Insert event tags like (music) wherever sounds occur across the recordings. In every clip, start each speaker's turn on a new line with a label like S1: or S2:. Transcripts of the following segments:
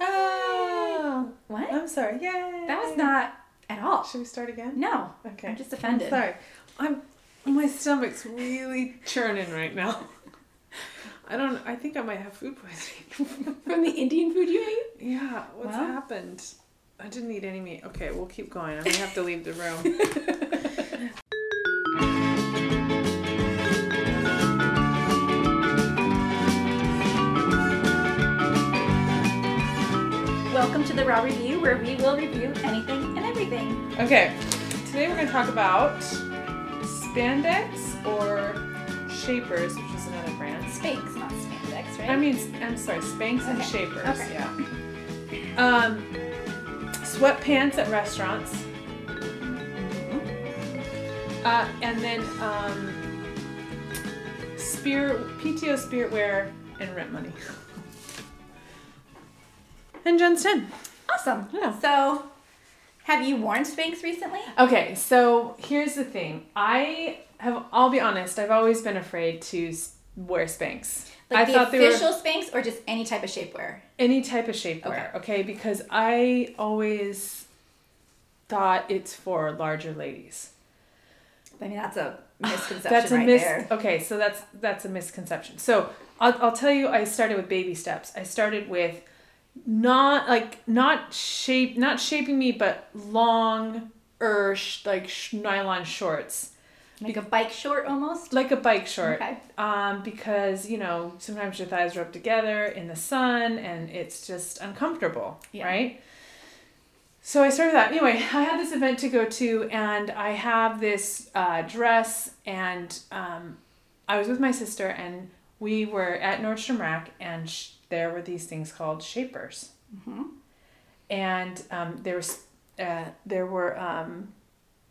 S1: Oh, I'm sorry. Yay.
S2: That was not at all.
S1: Should we start again?
S2: No.
S1: Okay.
S2: I'm just offended.
S1: Sorry. I'm my stomach's really churning right now. I don't I think I might have food poisoning. (laughs)
S2: From the Indian food you ate?
S1: yeah, what's
S2: Well.
S1: happened? I didn't eat any meat. Okay, we'll keep going. I'm gonna have to leave the room. (laughs)
S2: Welcome to the Raw Review, where we will review anything and everything.
S1: Okay. Today we're gonna talk about spandex or shapers, which is another brand.
S2: Spanx, not spandex, right?
S1: I mean, I'm sorry, Spanx and
S2: Okay.
S1: Shapers.
S2: Okay.
S1: Yeah. Um, sweatpants at restaurants. Uh, and then um, spirit, PTO spirit wear and rent money. (laughs) And Jen's 10.
S2: awesome.
S1: Yeah.
S2: So, have you worn Spanx recently?
S1: Okay, so here's the thing. I have, I'll be honest, I've always been afraid to s- wear Spanx.
S2: Like
S1: I
S2: the
S1: thought they were-
S2: official Spanx or just any type of shapewear?
S1: any type of shapewear, okay. Because I always thought it's for larger ladies.
S2: I mean, (sighs) that's a misconception
S1: that's a
S2: right
S1: mis-
S2: there.
S1: Okay, so that's that's a misconception. So I'll, I'll tell you, I started with baby steps. I started with not like not shape not shaping me, but long ersh like sh- nylon shorts,
S2: Like a bike short almost?
S1: like a bike short.
S2: Okay.
S1: Um, because you know sometimes your thighs rub together in the sun and it's just uncomfortable,
S2: Yeah.
S1: right? So I started that anyway. I had this event to go to, and I have this uh, dress, and um, I was with my sister, and we were at Nordstrom Rack, and sh- there were these things called shapers,
S2: Mm-hmm.
S1: and um, there was uh, there were um,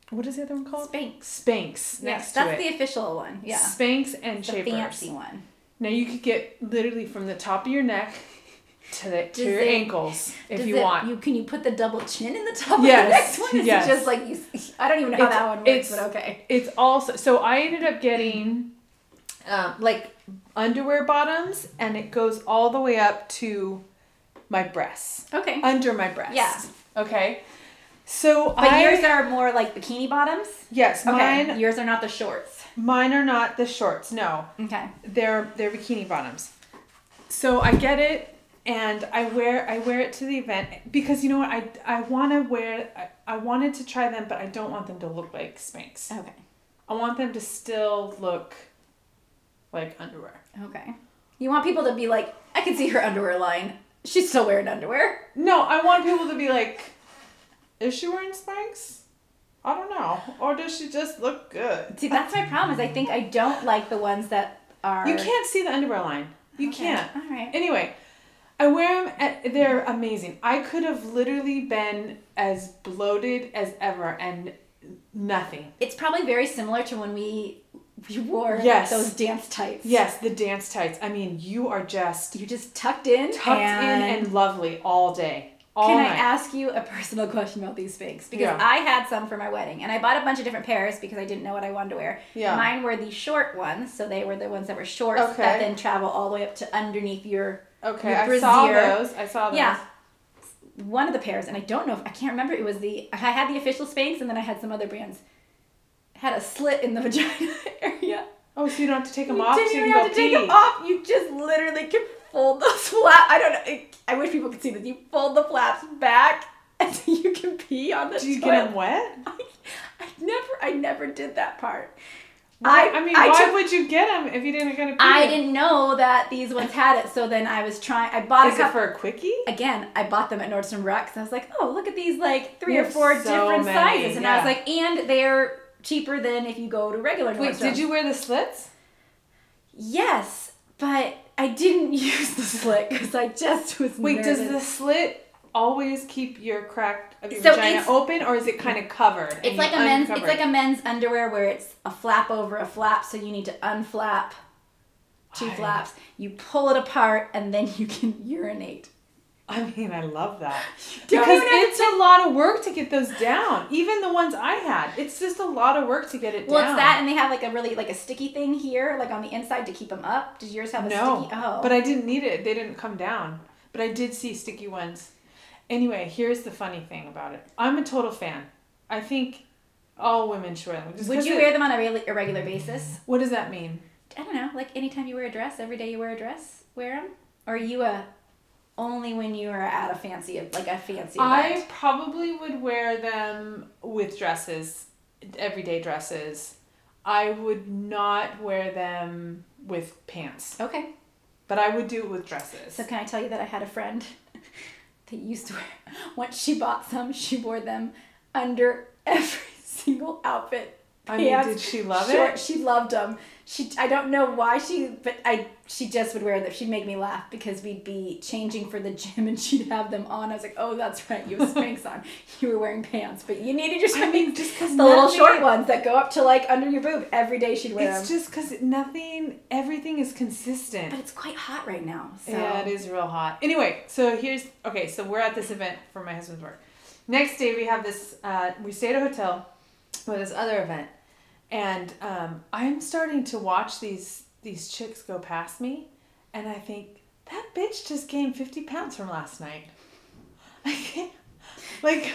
S1: what is the other one called?
S2: Spanx.
S1: Spanx next
S2: Yes,
S1: to
S2: that's
S1: it.
S2: the official one. Yeah.
S1: Spanx and
S2: the
S1: shapers.
S2: fancy one.
S1: Now you could get literally from the top of your neck (laughs) to the to
S2: Does
S1: your
S2: it-
S1: ankles if
S2: Does
S1: you
S2: it-
S1: want.
S2: You can you put the double chin in the top
S1: Yes,
S2: of the next one? Is
S1: yes.
S2: it just like you I don't even know how
S1: It's-
S2: that one
S1: it's-
S2: works, but okay.
S1: It's also so I ended up getting um, like underwear bottoms and it goes all the way up to my breasts.
S2: Okay.
S1: Under my breasts.
S2: Yeah.
S1: Okay. So
S2: but
S1: I
S2: yours are more like bikini bottoms.
S1: yes,
S2: Okay.
S1: mine
S2: yours are not the shorts.
S1: mine are not the shorts. No.
S2: Okay.
S1: they're they're bikini bottoms. So I get it and I wear I wear it to the event because you know what I I want to wear I, I wanted to try them but I don't want them to look like Spanx.
S2: Okay.
S1: I want them to still look like underwear.
S2: Okay. You want people to be like, I can see her underwear line. She's still wearing underwear.
S1: No, I want people to be like is she wearing Spanx? I don't know. Or does she just look good?
S2: See, that's my problem. Is I think I don't like the ones that are.
S1: You can't see the underwear line. You
S2: Okay.
S1: can't.
S2: All right.
S1: Anyway, I wear them. At, they're amazing. I could have literally been as bloated as ever and nothing.
S2: It's probably very similar to when we we wore like,
S1: Yes.
S2: those dance tights.
S1: Yes, the dance tights. I mean, you are just
S2: You just tucked in.
S1: tucked in and lovely all day, all
S2: Can
S1: night.
S2: I ask you a personal (laughs) question about these Spanx? Because
S1: Yeah.
S2: I had some for my wedding and I bought a bunch of different pairs because I didn't know what I wanted to wear.
S1: Yeah.
S2: Mine were the short ones, so they were the ones that were short that
S1: Okay.
S2: then travel all the way up to underneath your
S1: okay,
S2: your
S1: I saw
S2: brassiere.
S1: those. I saw those.
S2: Yeah. One of the pairs, and I don't know if I can't remember it was the I had the official Spanx and then I had some other brands. Had a slit in the (laughs) vagina area.
S1: Oh, so you don't have to take them
S2: you
S1: off.
S2: didn't
S1: so you
S2: even
S1: can
S2: have to
S1: go
S2: take them
S1: pee.
S2: off. You just literally could fold those (laughs) flaps. I don't know. I- I wish people could see this. You fold the flaps back, (laughs) and so you can pee on the
S1: Do you
S2: toilet. (laughs)
S1: get them wet?
S2: I, I never, I never did that part.
S1: Why- I mean,
S2: I
S1: why
S2: took-
S1: would you get them if you didn't get a pee?
S2: I didn't know that these ones had it, so then I was trying. I bought
S1: Is
S2: a
S1: it
S2: couple.
S1: for a quickie?
S2: Again, I bought them at Nordstrom Rack, so I was like, oh, look at these, like three
S1: You
S2: or
S1: have
S2: four
S1: so
S2: different
S1: many,
S2: sizes, and I was
S1: yeah.
S2: like, and they're cheaper than if you go to regular Nordstrom.
S1: Wait, did you wear the slits?
S2: Yes, but I didn't (laughs) use the slit because I just was.
S1: Wait, does
S2: nervous.
S1: the slit always keep your crack of your
S2: So
S1: vagina
S2: it's-
S1: open, or is it kind of covered? and
S2: It's like a
S1: you
S2: men's. It's
S1: uncover
S2: like
S1: it?
S2: a men's underwear where it's a flap over a flap, so you need to unflap two
S1: I-
S2: flaps. You pull it apart, and then you can (laughs) urinate.
S1: I mean, I love
S2: (laughs)
S1: that
S2: don't
S1: because
S2: even have to
S1: it's a lot of work to get those down. Even the ones I had, it's just a lot of work to get it
S2: Well,
S1: down.
S2: it's that, and they have like a really like a sticky thing here, like on the inside to keep them up. Did yours have a
S1: no,
S2: sticky? Oh,
S1: but I didn't need it. They didn't come down. But I did see sticky ones, Anyway, here's the funny thing about it. I'm a total fan. I think all women should wear them. Just
S2: Would
S1: 'cause
S2: you
S1: it-
S2: wear them on a really a regular basis?
S1: What does that mean?
S2: I don't know. Like anytime you wear a dress, every day you wear a dress, wear them. Or are you a only when you are at a fancy like a fancy
S1: I
S2: event?
S1: probably would wear them with dresses, everyday dresses. I would not wear them with pants,
S2: Okay.
S1: but I would do it with dresses.
S2: So can I tell you that I had a friend (laughs) that used to wear (laughs) once she bought some, she wore them under (laughs) every single outfit.
S1: I mean,
S2: Pants,
S1: did she love
S2: short-
S1: it?
S2: She loved them. She I don't know why she but I she just would wear them. She'd make me laugh because we'd be changing for the (laughs) gym and she'd have them on. I was like, "Oh, that's right. You have Spanx on. (laughs) You were wearing pants, but you needed your
S1: I
S2: Spanx."
S1: mean, just because
S2: the little short ones that go up to like under your boob. Every day she'd wear
S1: It's
S2: them.
S1: just because nothing, everything is consistent.
S2: But it's quite hot right now. So
S1: Yeah, it is real hot. Anyway, so here's okay. So we're at this event for my husband's work. Next day we have this. Uh, we stay at a hotel with this other event, and um, I'm starting to watch these these chicks go past me, and I think that bitch just gained fifty pounds from last night. (laughs) like,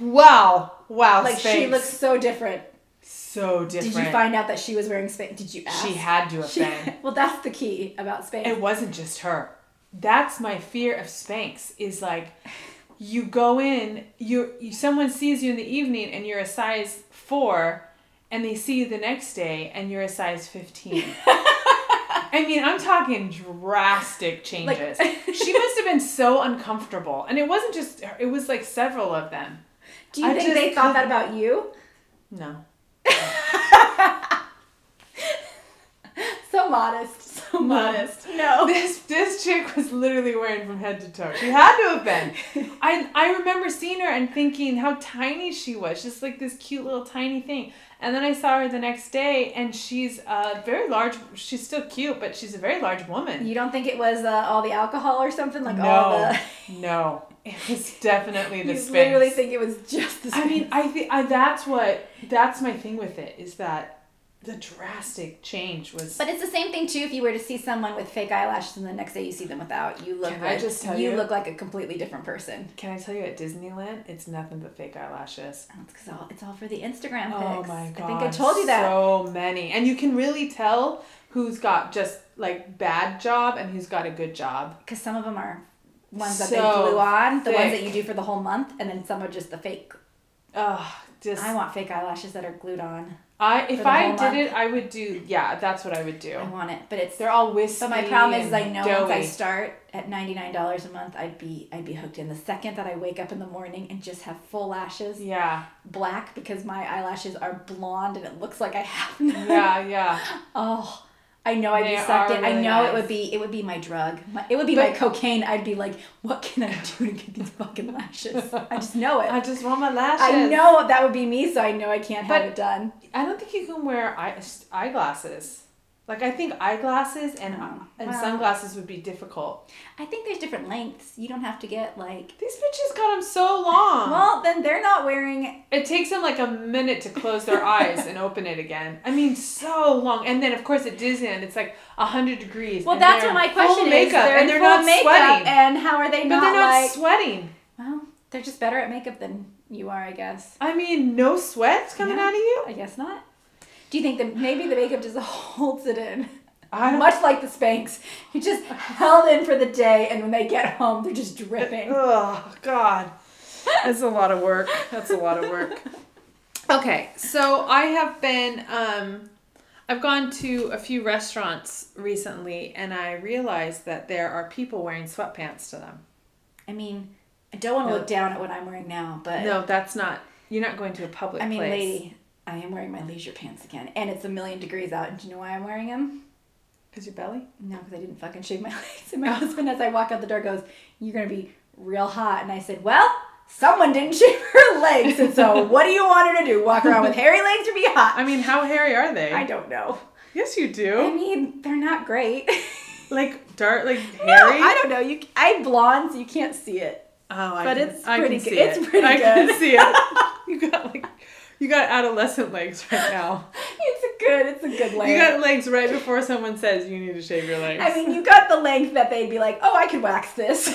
S1: wow, wow,
S2: like she
S1: Spanx.
S2: looks so different.
S1: so different.
S2: Did you find out that she was wearing Spanx? Did you ask?
S1: she had to have
S2: She-
S1: been.
S2: (laughs) well, that's the key about Spanx.
S1: It wasn't just her. That's my fear of Spanx is like you go in, you, you someone sees you in the evening and you're a size 4 and they see you the next day and you're a size 15. I mean, I'm talking drastic changes. she must have been so uncomfortable. And it wasn't just her, it was like several of them.
S2: Do you
S1: I
S2: think
S1: just
S2: they thought that
S1: couldn't-
S2: about you? (laughs)
S1: No.
S2: So modest. So modest.
S1: (laughs)
S2: No.
S1: This this chick was literally wearing from head to toe. She had to have been. (laughs) I I remember seeing her and thinking how tiny she was, just like this cute little tiny thing. And then I saw her the next day, and she's a very large. She's still cute, but she's a very large woman.
S2: You don't think it was uh, all the alcohol or something like all
S1: no, (laughs)
S2: the? (laughs)
S1: no, it was definitely the
S2: you
S1: Spanx.
S2: literally think it was just the. Spanx.
S1: I mean, I think I, that's what that's my thing with it is that the drastic change was.
S2: But it's the same thing too. If you were to see someone with fake eyelashes and the next day you see them without, you look
S1: Can I
S2: like
S1: just tell
S2: you
S1: you?
S2: look like a completely different person.
S1: Can I tell you at Disneyland, it's nothing but fake eyelashes.
S2: Oh, It's 'cause all it's all for the Instagram
S1: Oh
S2: pics.
S1: my god!
S2: I think I told you that.
S1: So many, and you can really tell who's got just like bad job and who's got a good job.
S2: Because some of them are ones that
S1: So
S2: they glue on, the ones that
S1: thick.
S2: you do for the whole month, and then some are just the fake.
S1: Ugh, just
S2: I
S1: I,
S2: want fake eyelashes that are glued on.
S1: if
S2: the
S1: I
S2: whole
S1: did
S2: month.
S1: it, I would do. Yeah, that's what I would do.
S2: I want it, but it's.
S1: They're all wispy.
S2: But my problem is, is
S1: and
S2: I know once I
S1: doughy.
S2: start at ninety nine dollars a month, I'd be I'd be hooked in. The second that I wake up in the morning and just have full lashes,
S1: Yeah,
S2: black because my eyelashes are blonde and it looks like I have none.
S1: yeah, yeah.
S2: (laughs) Oh, I know I'd
S1: They
S2: be sucked
S1: are
S2: in. I
S1: really
S2: know it
S1: nice.
S2: would be it would be my drug. My, it would be my
S1: But-
S2: cocaine. I'd be like, what can I do to get these fucking lashes? I just know it.
S1: I just want my lashes.
S2: I know that would be me, so I know I can't have
S1: But-
S2: it done.
S1: I don't think you can wear eye- eyeglasses. Like I think eyeglasses and
S2: Oh,
S1: and
S2: well.
S1: sunglasses would be difficult.
S2: I think there's different lengths. You don't have to get like.
S1: These bitches got them so long.
S2: Well, then they're not wearing.
S1: It takes them like a minute to close their eyes and open it again. I mean, so long. And then, of course, at Disneyland, it's like hundred degrees.
S2: Well,
S1: and
S2: that's
S1: they're
S2: what my
S1: in full
S2: question is.
S1: makeup,
S2: they're
S1: and
S2: in
S1: they're
S2: full
S1: not
S2: makeup,
S1: sweating.
S2: and how are they
S1: but
S2: not,
S1: they're not
S2: like?
S1: sweating.
S2: well, they're just better at makeup than you are, I guess.
S1: I mean, no sweat's coming
S2: Yeah.
S1: out of you.
S2: I guess not. Do you think that maybe the makeup just (laughs) holds it in?
S1: I (laughs) don't.
S2: Much like the Spanx. You just held in for the day, and when they get home, they're just dripping.
S1: Oh God, that's a lot of work. That's a lot of
S2: (laughs)
S1: work. Okay, so I have been. Um, I've gone to a few restaurants recently, and I realized that there are people wearing sweatpants to them.
S2: I mean, I don't want to
S1: No.
S2: look down at what I'm wearing now, but
S1: No, that's not. You're not going to a public
S2: I mean,
S1: place.
S2: lady, I am wearing my leisure pants again, and it's a million degrees out. And do you know why I'm wearing them?
S1: Is your belly?
S2: No, because I didn't fucking shave my (laughs) legs. And my husband, as I walk out the door, goes, "You're gonna be real hot." And I said, "Well, someone didn't (laughs) shave her legs, and so what do you want her to do? Walk around with hairy legs or be hot?"
S1: I mean, how hairy are they?
S2: I don't know.
S1: yes, you
S2: I
S1: do.
S2: mean, they're not great. (laughs)
S1: Like dark, like
S2: No,
S1: hairy.
S2: I don't know. You, I'm blonde, so you can't see it.
S1: oh, I
S2: but
S1: can,
S2: it's
S1: I can
S2: pretty
S1: see
S2: good-
S1: It.
S2: it's pretty
S1: I can
S2: good.
S1: see it. (laughs) You got like, you got adolescent legs right now.
S2: It's a good. It's a good length.
S1: You got legs right before someone says you need to shave your legs.
S2: (laughs) I mean, you got the length that they'd be like, "Oh, I could wax this."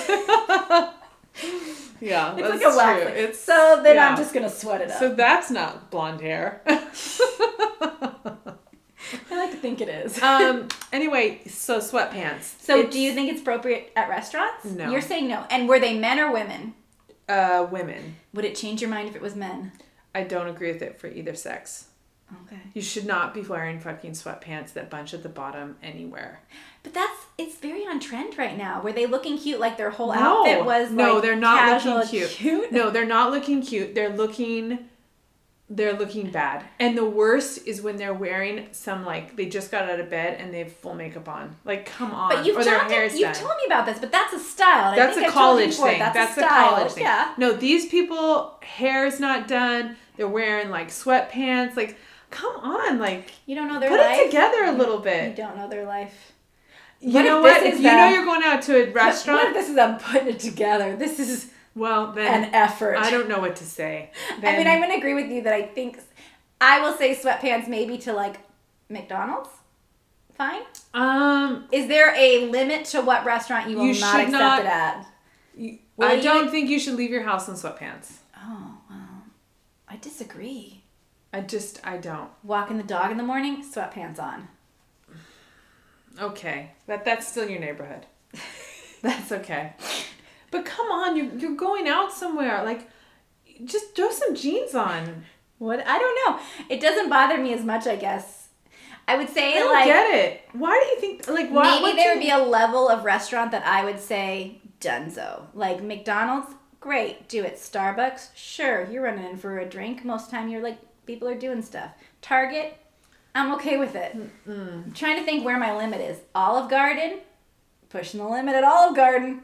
S1: Yeah,
S2: It's
S1: that's
S2: like a wax.
S1: true.
S2: thing.
S1: It's
S2: so then
S1: yeah.
S2: I'm just gonna sweat it up.
S1: so that's not blonde
S2: (laughs)
S1: hair.
S2: I like to think it is.
S1: um. Anyway, so sweatpants.
S2: (laughs) So
S1: It's,
S2: do you think it's appropriate at restaurants?
S1: No.
S2: You're saying no. And were they men or women?
S1: uh women?
S2: Would it change your mind if it was men?
S1: I don't agree with it for either sex.
S2: Okay.
S1: You should not be wearing fucking sweatpants that bunch at the bottom anywhere.
S2: But that's it's very on trend right now. Were they looking cute like their
S1: No.
S2: whole outfit was
S1: no,
S2: like,
S1: they're not
S2: casual
S1: looking cute. No, they're not looking cute. They're looking they're looking bad. And the worst is when they're wearing some like they just got out of bed and they have full makeup on. Like come on.
S2: But you've,
S1: or their
S2: talked,
S1: hair is
S2: you've
S1: done.
S2: told me about this, but that's a style. and I
S1: That's
S2: think
S1: a
S2: I've told you
S1: college
S2: before,
S1: thing.
S2: That's,
S1: That's
S2: a
S1: a
S2: style.
S1: college thing.
S2: Yeah.
S1: No, these people hair's not done. They're wearing like sweatpants. Like come on, like
S2: You don't know their
S1: put
S2: life.
S1: it together a little
S2: You
S1: bit.
S2: don't know their life.
S1: You
S2: What if
S1: know
S2: this
S1: what? If
S2: is
S1: you
S2: the-
S1: know you're going out to a restaurant,
S2: (laughs) What if this is I'm putting it together? This is
S1: well then
S2: an effort.
S1: I don't know what to say.
S2: (laughs) I mean,
S1: Then-
S2: I'm gonna agree with you that I think I will say sweatpants maybe to like McDonald's. Fine.
S1: um
S2: Is there a limit to what restaurant you will
S1: You
S2: not
S1: should
S2: accept
S1: not-
S2: it at?
S1: You-
S2: Well,
S1: I
S2: you-
S1: don't think you should leave your house in sweatpants.
S2: Oh well, I disagree.
S1: I just, I don't.
S2: Walking the dog in the morning, sweatpants on. (laughs)
S1: Okay, but that's still your neighborhood. (laughs) that's okay. But come on, you're, you're going out somewhere. Like, just throw some jeans on.
S2: What? I don't know. It doesn't bother me as much, I guess. I would say
S1: I don't
S2: like
S1: get it. Why do you think, like, why?
S2: maybe there would be a level of restaurant that I would say dunzo. Like McDonald's, great, do it. Starbucks, sure, you're running in for a drink. Most time you're like people are doing stuff. Target, I'm okay with it. I'm trying to think where my limit is. Olive Garden, pushing the limit at Olive Garden.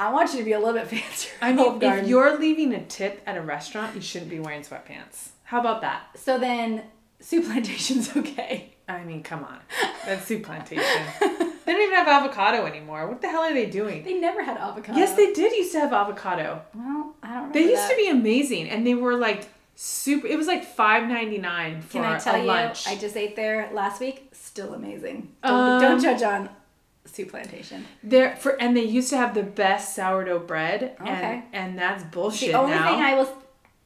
S2: I want you to be a little bit (laughs) fancier. at
S1: I mean,
S2: Olive
S1: if
S2: Garden.
S1: you're leaving a tip at a restaurant, you shouldn't be wearing sweatpants. How about that?
S2: so then (laughs) soup plantation's okay.
S1: I mean, come on. That's soup plantation. they don't even have avocado anymore. What the hell are they doing?
S2: They never had avocado.
S1: Yes, they did used to have avocado.
S2: Well, I don't remember.
S1: They used
S2: that.
S1: to be amazing, and they were like super. It was like five ninety nine for
S2: Can I tell
S1: a
S2: you?
S1: lunch.
S2: I just ate there last week. Still amazing. Don't,
S1: Um,
S2: don't judge on Sioux Plantation.
S1: there for and they used to have the best sourdough bread, and
S2: Okay.
S1: and that's
S2: The
S1: bullshit.
S2: only
S1: now.
S2: thing I will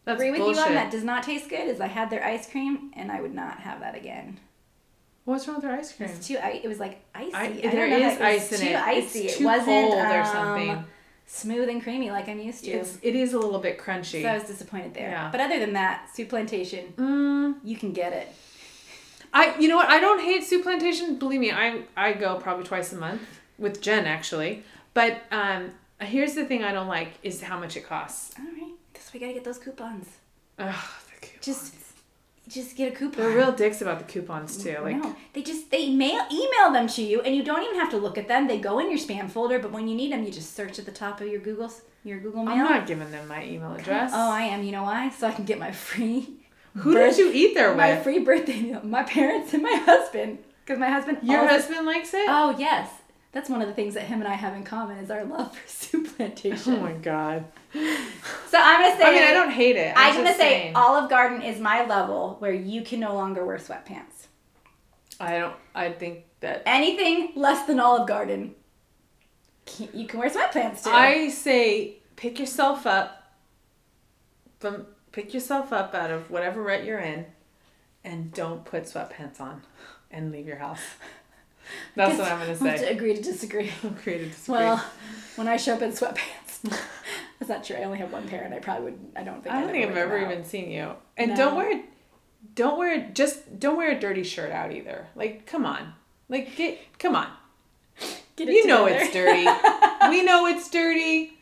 S1: that's
S2: agree with
S1: bullshit.
S2: you on that does not taste good is I had their ice cream and I would not have that again.
S1: What's wrong with their ice cream?
S2: It's too. I, it was like icy.
S1: Hmm. I,
S2: I, don't
S1: there
S2: know how-
S1: is ice
S2: was
S1: in it.
S2: Too icy.
S1: It's
S2: it
S1: too
S2: wasn't
S1: cold or
S2: um,
S1: something.
S2: smooth and creamy like I'm used to.
S1: It's it is a little bit crunchy.
S2: so I was disappointed there.
S1: Yeah.
S2: But other than that, Sioux Plantation,
S1: Mm,
S2: you can get it.
S1: I you know what I don't hate soup plantation. Believe me, I I go probably twice a month with Jen actually. But um, here's the thing I don't like is how much it costs.
S2: All right. Guess we gotta get those coupons.
S1: Ugh, the
S2: Just,
S1: coupons.
S2: just get a coupon.
S1: They're real dicks about the coupons too. Like
S2: no, they just they mail email them to you, and you don't even have to look at them. They go in your spam folder, but when you need them, you just search at the top of your Google your Google
S1: I'm
S2: Mail.
S1: not giving them my email address.
S2: Oh, I am. You know why? So I can get my free
S1: Who
S2: birth-
S1: did you eat there
S2: my
S1: with?
S2: free birthday (laughs) meal. My parents and my husband, because my husband.
S1: Your
S2: also-
S1: husband likes it? Oh,
S2: Oh yes, that's one of the things that him and I have in common is our love for (laughs) soup
S1: (laughs)
S2: plantation.
S1: Oh my god.
S2: so I'm gonna say.
S1: I mean, I don't hate it.
S2: I'm, gonna
S1: just
S2: say
S1: saying.
S2: Olive Garden is my level where you can no longer wear sweatpants.
S1: I don't I think that
S2: Anything less than Olive Garden, can you can wear sweatpants too.
S1: I say pick yourself up from pick yourself up out of whatever rut you're in and don't put sweatpants on and leave your house. (laughs) That's what I'm gonna
S2: We'll
S1: (laughs)
S2: have
S1: say.
S2: to agree to disagree. (laughs)
S1: I'm creative disagree.
S2: Well, when I show up in sweatpants, (laughs) that's not true. I only have one pair, and I probably would. I don't think.
S1: I
S2: I'd
S1: don't think I've
S2: wear them
S1: ever
S2: out.
S1: even seen you. And
S2: No.
S1: don't wear, don't wear just don't wear a dirty shirt out either. Like come on, like get come on.
S2: Get it
S1: You know
S2: together.
S1: it's dirty.
S2: (laughs)
S1: we know it's dirty.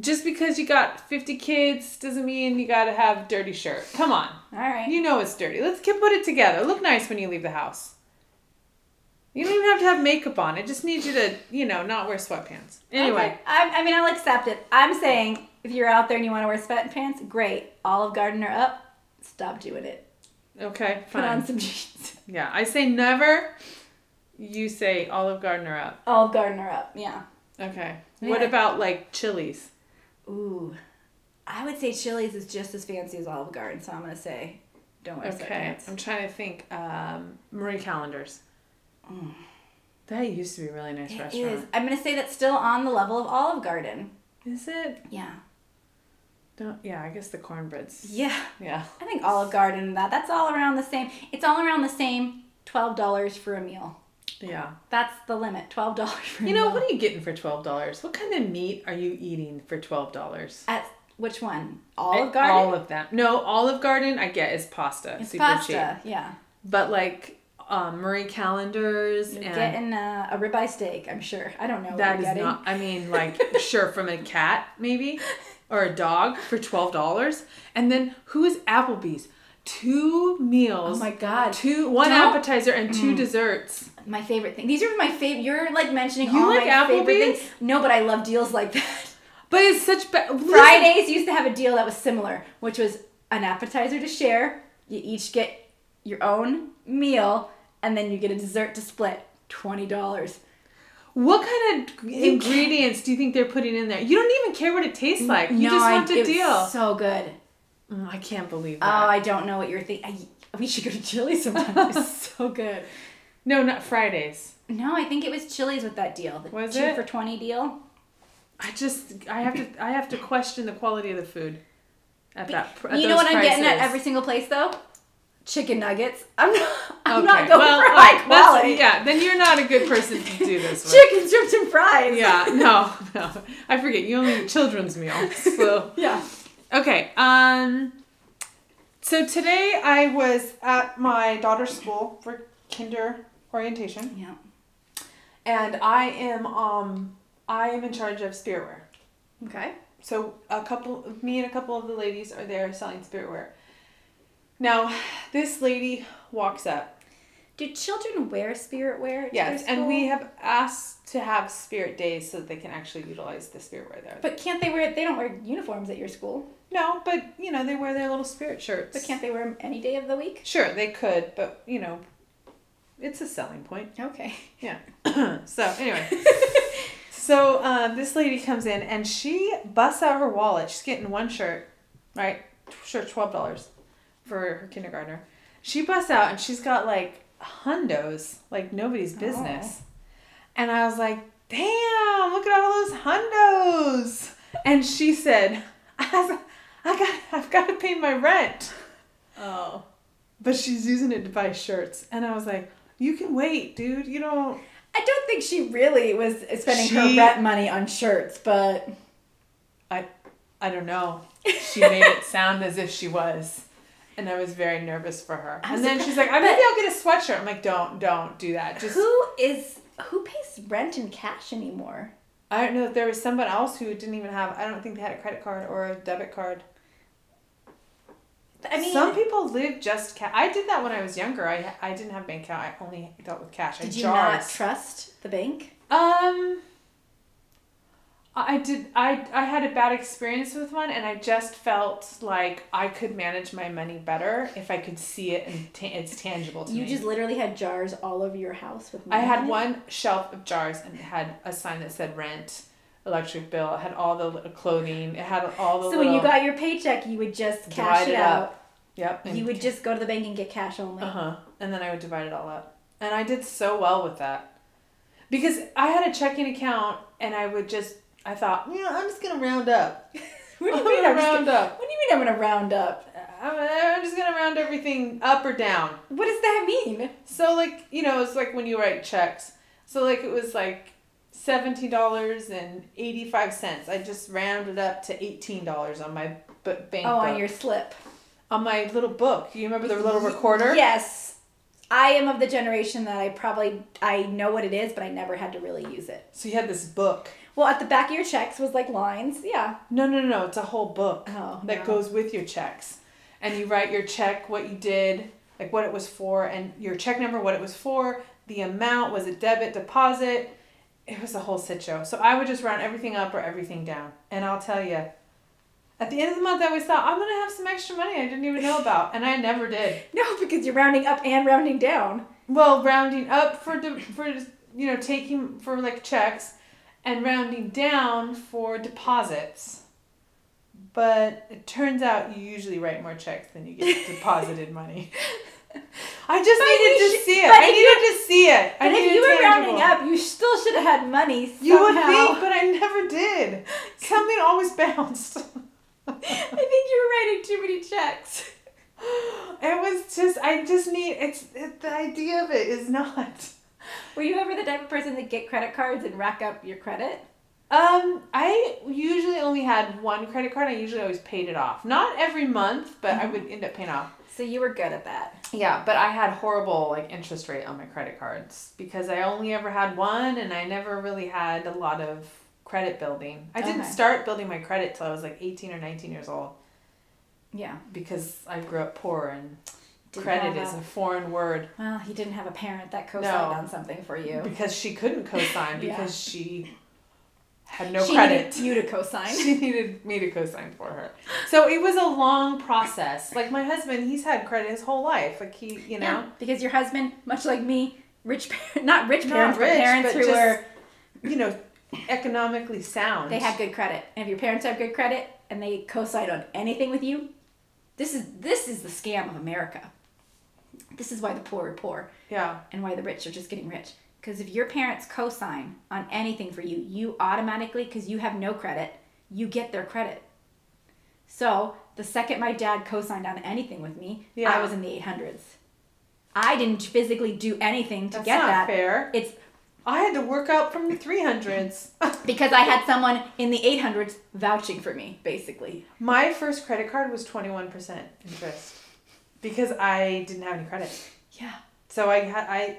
S1: Just because you got fifty kids doesn't mean you gotta have dirty shirt. Come on,
S2: (laughs) All right.
S1: you know it's dirty. Let's get put it together. Look nice when you leave the house. You don't even have to have makeup on. I just need you to, you know, not wear sweatpants. Anyway,
S2: Okay. I, I mean, I'll accept it. I'm saying if you're out there and you want to wear sweatpants, great. Olive Garden or up, stop doing it.
S1: okay,
S2: Put
S1: fine.
S2: on some (laughs) jeans.
S1: Yeah, I say never. You say Olive Garden or up.
S2: Olive Garden or up. Yeah.
S1: Okay. What
S2: Yeah.
S1: about like Chili's?
S2: Ooh, I would say Chili's is just as fancy as Olive Garden, so I'm gonna say, don't wear
S1: Okay,
S2: sweatpants.
S1: I'm trying to think. Um, Marie Callender's. That used to be a really nice
S2: It is.
S1: restaurant.
S2: I'm gonna say that's still on the level of Olive Garden.
S1: Is. it?
S2: Yeah.
S1: Don't, yeah, I guess the cornbreads.
S2: Yeah.
S1: Yeah.
S2: I think Olive Garden and that. That's all around the same. It's all around the same $12 for a meal.
S1: Yeah.
S2: That's the limit. (laughs) $12 for a
S1: You know,
S2: meal.
S1: what are you getting for $12? What kind of meat are you eating for $12?
S2: At which one? Olive
S1: I-
S2: Garden?
S1: All of them. No, Olive Garden I get is pasta.
S2: it's
S1: super
S2: pasta.
S1: cheap.
S2: Yeah.
S1: But like um, Murray calendars
S2: You're
S1: and
S2: getting uh, a ribeye steak, I'm sure. I don't know what
S1: that
S2: you're
S1: is
S2: getting.
S1: not I mean
S2: (laughs)
S1: like sure from a cat maybe or a dog for twelve dollars. And then who is Applebee's? Two
S2: Oh
S1: meals.
S2: my god.
S1: Two one
S2: Don't- Mm.
S1: appetizer and two desserts.
S2: My favorite thing. These are my favorite. You're like mentioning
S1: You
S2: all
S1: like
S2: my favorite
S1: Applebee's?
S2: things. No, but I love deals like that.
S1: But it's such bad
S2: (laughs) Fridays used to have a deal that was similar, which was an appetizer to share. You each get your own meal, and then you get a dessert to split. Twenty dollars.
S1: What kind of ingredients do you think they're putting in there? You don't even care what it tastes like. You just want the deal.
S2: So good.
S1: Mm, I can't believe
S2: Oh,
S1: that.
S2: I don't know what you're thinking. We should go to Chili's sometime. It's (laughs) so good.
S1: no, not Fridays.
S2: No, I think it was Chili's with that deal. The
S1: Was
S2: two
S1: it?
S2: for twenty deal?
S1: I just I have to I have to question the quality of the food at that. pr- At
S2: you know what
S1: those
S2: I'm getting at
S1: prices.
S2: every single place though? Chicken nuggets. (laughs) I'm not. (laughs) I'm
S1: Okay,
S2: not going
S1: well,
S2: for
S1: all right,
S2: uh, high
S1: that's-
S2: quality.
S1: Yeah, then you're not a good person to do
S2: (laughs)
S1: this with.
S2: Chicken strips and fries.
S1: Yeah, no, no. I forget you only eat children's meals.
S2: (laughs)
S1: So
S2: Yeah.
S1: okay, um, so today I was at my daughter's school for kinder orientation.
S2: Yeah.
S1: and I am um I am in charge of spiritware.
S2: Okay.
S1: So a couple me and a couple of the ladies are there selling spiritware. Now, this lady walks up.
S2: Do children wear spirit wear? at
S1: Yes,
S2: their
S1: and
S2: school?
S1: we have asked to have spirit days so that they can actually utilize the spiritware there.
S2: But can't they wear? They don't wear uniforms at your school.
S1: no, but you know, they wear their little spirit shirts.
S2: But can't they wear 'em any day of the week?
S1: Sure, they could, but you know, it's a selling point.
S2: (laughs) Okay.
S1: Yeah. (clears throat) so anyway, so uh, this lady comes in and she busts out her wallet. She's getting one shirt, right? Sure, twelve dollars for her kindergartner. She busts out and she's got like hundos, like nobody's business. And I was like, "Damn! Look at all those hundos!" And she said, "I was- I got, I've got to pay my rent."
S2: Oh.
S1: But she's using it to buy shirts, and I was like, "You can wait, dude. You don't."
S2: I don't think she really was spending
S1: She-
S2: her rent money on shirts, but
S1: I I don't know. She made
S2: (laughs)
S1: it sound as if she was. And I was very nervous for her.
S2: I'm
S1: and then
S2: surpri-
S1: she's like, I maybe I'll get a sweatshirt. I'm like, don't, don't do that. Just
S2: who is who pays rent in cash anymore?
S1: I don't know if there was someone else who didn't even have I don't think they had a credit card or a debit card.
S2: I mean,
S1: some people live just cash. I did that when I was younger. I I didn't have bank account. I only dealt with cash. I
S2: did you not
S1: jars.
S2: trust the bank?
S1: um I I did I I had a bad experience with one and I just felt like I could manage my money better if I could see it and ta- it's tangible to
S2: You
S1: me.
S2: just literally had jars all over your house with.
S1: I
S2: money in
S1: had
S2: it?
S1: one shelf of jars and it had a sign that said rent, electric bill, it had all the li- clothing, it had all the
S2: So when
S1: little,
S2: you got your paycheck, you would just cash
S1: Divide
S2: it
S1: it
S2: out.
S1: yep,
S2: You would just go to the bank and get cash only.
S1: Uh-huh. And then I would divide it all up. And I did so well with that. Because I had a checking account and I would just I thought, yeah, I'm just gonna round up.
S2: What do
S1: I'm (laughs)
S2: you mean
S1: gonna
S2: I'm just
S1: round
S2: gonna-
S1: up.
S2: What do you mean I'm gonna round up?
S1: I'm, I'm just gonna round everything up or down.
S2: What does that mean?
S1: So like you know, it's like when you write checks. So like it was like seventeen dollars and eighty five cents. I just rounded up to eighteen dollars on my b- bank.
S2: Oh,
S1: book.
S2: on your slip.
S1: on my little book. You remember the little recorder?
S2: Yes. I am of the generation that I probably I know what it is, but I never had to really use it.
S1: So you had this book.
S2: Well, at the back of your checks was like lines. Yeah.
S1: No, no, no, no. It's a whole book
S2: Oh,
S1: that
S2: no.
S1: goes with your checks, and you write your check, what you did, like what it was for, and your check number, what it was for, the amount, was it debit, deposit. It was a whole sit show. So I would just round everything up or everything down, and I'll tell you. At the end of the month, I always thought I'm gonna have some extra money I didn't even know about, and I never did.
S2: No, (laughs) because you're rounding up and rounding down.
S1: Well, rounding up for de- for you know taking for like checks, and rounding down for deposits. But it turns out you usually write more checks than you
S2: (laughs)
S1: get deposited money. I just
S2: you
S1: needed to
S2: should-
S1: see it.
S2: but
S1: I
S2: if
S1: needed to see it. I
S2: And if
S1: needed
S2: you were
S1: tangible.
S2: rounding up, you still should have had money.
S1: you would
S2: (laughs) somehow.
S1: think, but I never did. Something always bounced.
S2: writing too many checks.
S1: (laughs)
S2: (laughs)
S1: It was just I just need it's it, the idea of it is not.
S2: Were you ever the type of person to get credit cards and rack up your credit?
S1: Um, I usually only had one credit card. I usually always paid it off. Not every month, but I would end up paying off.
S2: So you were good at that.
S1: Mm-hmm. Yeah, but I had horrible like interest rate on my credit cards because I only ever had one, and I never really had a lot of credit building. I didn't
S2: Okay.
S1: start building my credit till I was like eighteen or nineteen years old
S2: Yeah.
S1: because I grew up poor and
S2: Didn't
S1: credit
S2: have
S1: is
S2: a-
S1: a foreign word
S2: Well, he didn't have a parent that co-signed
S1: No.
S2: on something for you.
S1: because she couldn't (laughs) co-sign
S2: Yeah.
S1: because she had no
S2: she
S1: credit.
S2: needed you to co-sign.
S1: She needed me to co-sign for her. So it was a long process. Like my husband, he's had credit his whole life. Like he, you know,
S2: Yeah, because your husband, much like me, rich par- (laughs) not rich
S1: Not
S2: parents,
S1: rich,
S2: but parents
S1: but
S2: who
S1: just-
S2: were
S1: you know, economically sound.
S2: they had good credit. And if your parents have good credit and they co-sign on anything with you, this is this is the scam of America. This is why the poor are poor
S1: yeah.
S2: and why the rich are just getting rich. Because if your parents co-sign on anything for you, you automatically, because you have no credit, you get their credit. So the second my dad co-signed on anything with me,
S1: Yeah.
S2: I was in the 800s. I didn't physically do anything to
S1: That's
S2: get
S1: not
S2: that.
S1: fair.
S2: It's
S1: I had to work up from the 300s.
S2: because I had someone in the 800s vouching for me, basically.
S1: (laughs) my first credit card was 21% interest because I didn't have any credit.
S2: Yeah.
S1: So I had I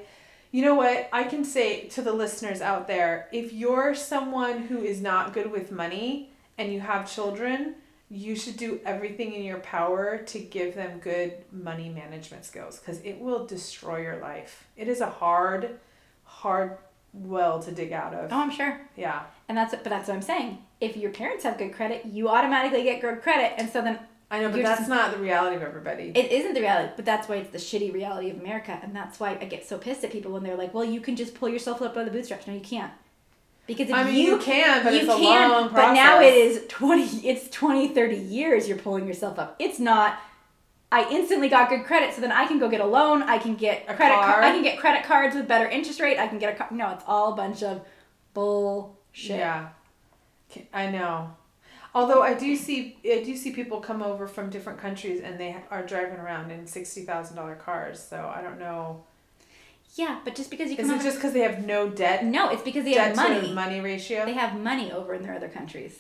S1: you know what I can say to the listeners out there if you're someone who is not good with money and you have children you should do everything in your power to give them good money management skills cuz it will destroy your life. It is a hard hard well to dig out of.
S2: Oh, I'm sure.
S1: Yeah.
S2: And that's but that's what I'm saying. If your parents have good credit, you automatically get good credit, and so then
S1: I know but
S2: You're
S1: that's
S2: just-
S1: not the reality of everybody.
S2: it isn't the reality. But that's why it's the shitty reality of America, and that's why I get so pissed at people when they're like, "Well, you can just pull yourself up by the bootstraps." No, you can't. Because if
S1: I mean
S2: you,
S1: you, can but
S2: you
S1: it's a
S2: can,
S1: long process.
S2: but now it is twenty. It's 20, 30 years. You're pulling yourself up. It's not. I instantly got good credit, so then I can go get a loan. I can get
S1: A
S2: credit.
S1: car.
S2: I can get credit cards with better interest rate. I can get a car. No, it's all a bunch of bullshit.
S1: Yeah, K- I know. Although I do see, I do see people come over from different countries and they are driving around in sixty thousand dollar cars. So I don't know.
S2: Yeah, but just because you
S1: Is
S2: come
S1: it
S2: over
S1: just because they have no debt?
S2: No, it's because they
S1: Debt
S2: have
S1: money.
S2: money.
S1: to money ratio.
S2: They have money over in their other countries.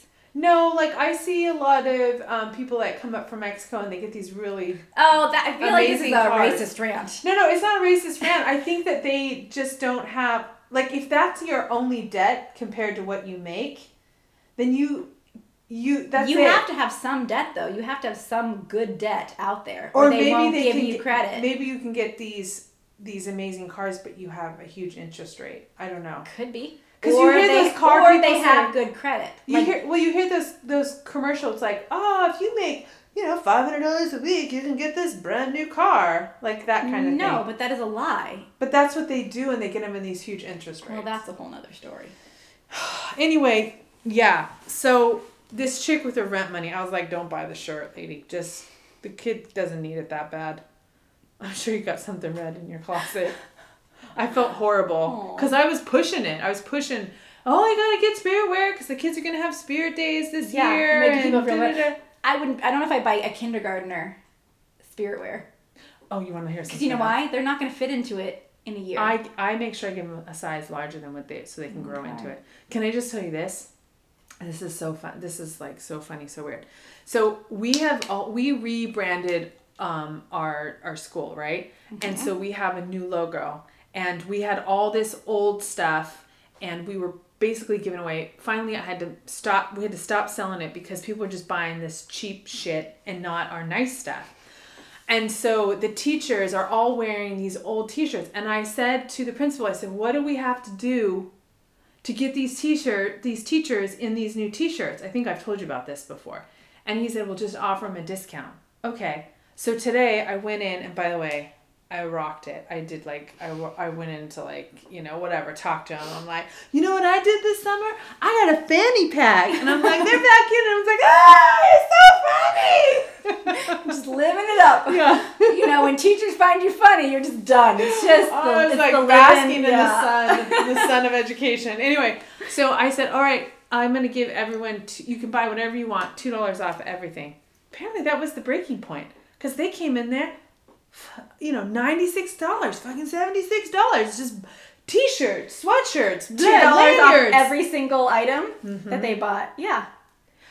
S1: no, like I see a lot of um, people that come up from Mexico and they get these really.
S2: Oh, that I feel like this is
S1: Amazing
S2: a
S1: cars.
S2: racist rant.
S1: No, no, it's not a racist fan. I think that they just don't have like if that's your only debt compared to what you make, then you, you that's
S2: you
S1: it.
S2: have to have some debt though. You have to have some good debt out there,
S1: or,
S2: or, they
S1: maybe
S2: won't
S1: they
S2: give
S1: can
S2: you
S1: get-
S2: credit.
S1: Maybe you can get these these amazing cars, but you have a huge interest rate. I don't know.
S2: Could be
S1: 'Cause you
S2: Or
S1: hear
S2: they,
S1: those car
S2: or
S1: people
S2: they have good credit.
S1: You
S2: Like,
S1: hear well, you hear those those commercials like, oh, if you make you know five hundred dollars a week, you can get this brand new car, like that kind of
S2: no,
S1: thing.
S2: but that is a lie.
S1: But that's what they do, and they get them in these huge interest rates.
S2: Well, that's a whole nother story.
S1: anyway. Yeah. So this chick with her rent money, I was like, don't buy the shirt, lady. Just the kid doesn't need it that bad. I'm sure you got something red in your closet. I felt horrible
S2: Aw.
S1: because I was pushing it. I was pushing. Oh, I gotta get spirit wear because the kids are gonna have spirit days this
S2: Yeah,
S1: year.
S2: make people
S1: and
S2: feel
S1: da, da,
S2: better.
S1: da."
S2: I wouldn't. I don't know if I buy a kindergartner spirit wear
S1: Oh, you want to hear something?
S2: because you know
S1: else?
S2: why? They're not going to fit into it in a year.
S1: I I make sure I give them a size larger than what they so they can grow
S2: Okay.
S1: into it. Can I just tell you this? This is so fun. This is like so funny, so weird. So we have all we rebranded um our our school right, and so we have a new logo, and we had all this old stuff, and we were basically giving away. Finally, I had to stop. We had to stop selling it because people were just buying this cheap shit and not our nice stuff. And so the teachers are all wearing these old t-shirts. And I said to the principal, I said, "What do we have to do to get these t-shirt these teachers in these new t-shirts?" I think I've told you about this before. And he said, "Well, just offer them a discount." Okay. So today I went in and by the way, I rocked it. I did like I, wa- I went into like, you know, whatever, talked to him. I'm like, "You know what I did this summer? I got a fanny pack." And I'm like, "They're back in." And I was like, "Ah, you're so funny." (laughs)
S2: just living it up.
S1: yeah.
S2: (laughs) you know, when teachers find you funny, you're just done. It's just the,
S1: I was
S2: it's
S1: like
S2: the living-
S1: basking in
S2: yeah.
S1: the sun,
S2: (laughs)
S1: the sun of education. Anyway, so I said, all right, I'm gonna give everyone. T- you can buy whatever you want, two dollars off everything. apparently that was the breaking point because they came in there, f- you know, ninety six dollars, fucking seventy six dollars, just t-shirts, sweatshirts,
S2: Two dollars off
S1: lanyards. Mm-hmm.
S2: every single item that they bought. Yeah.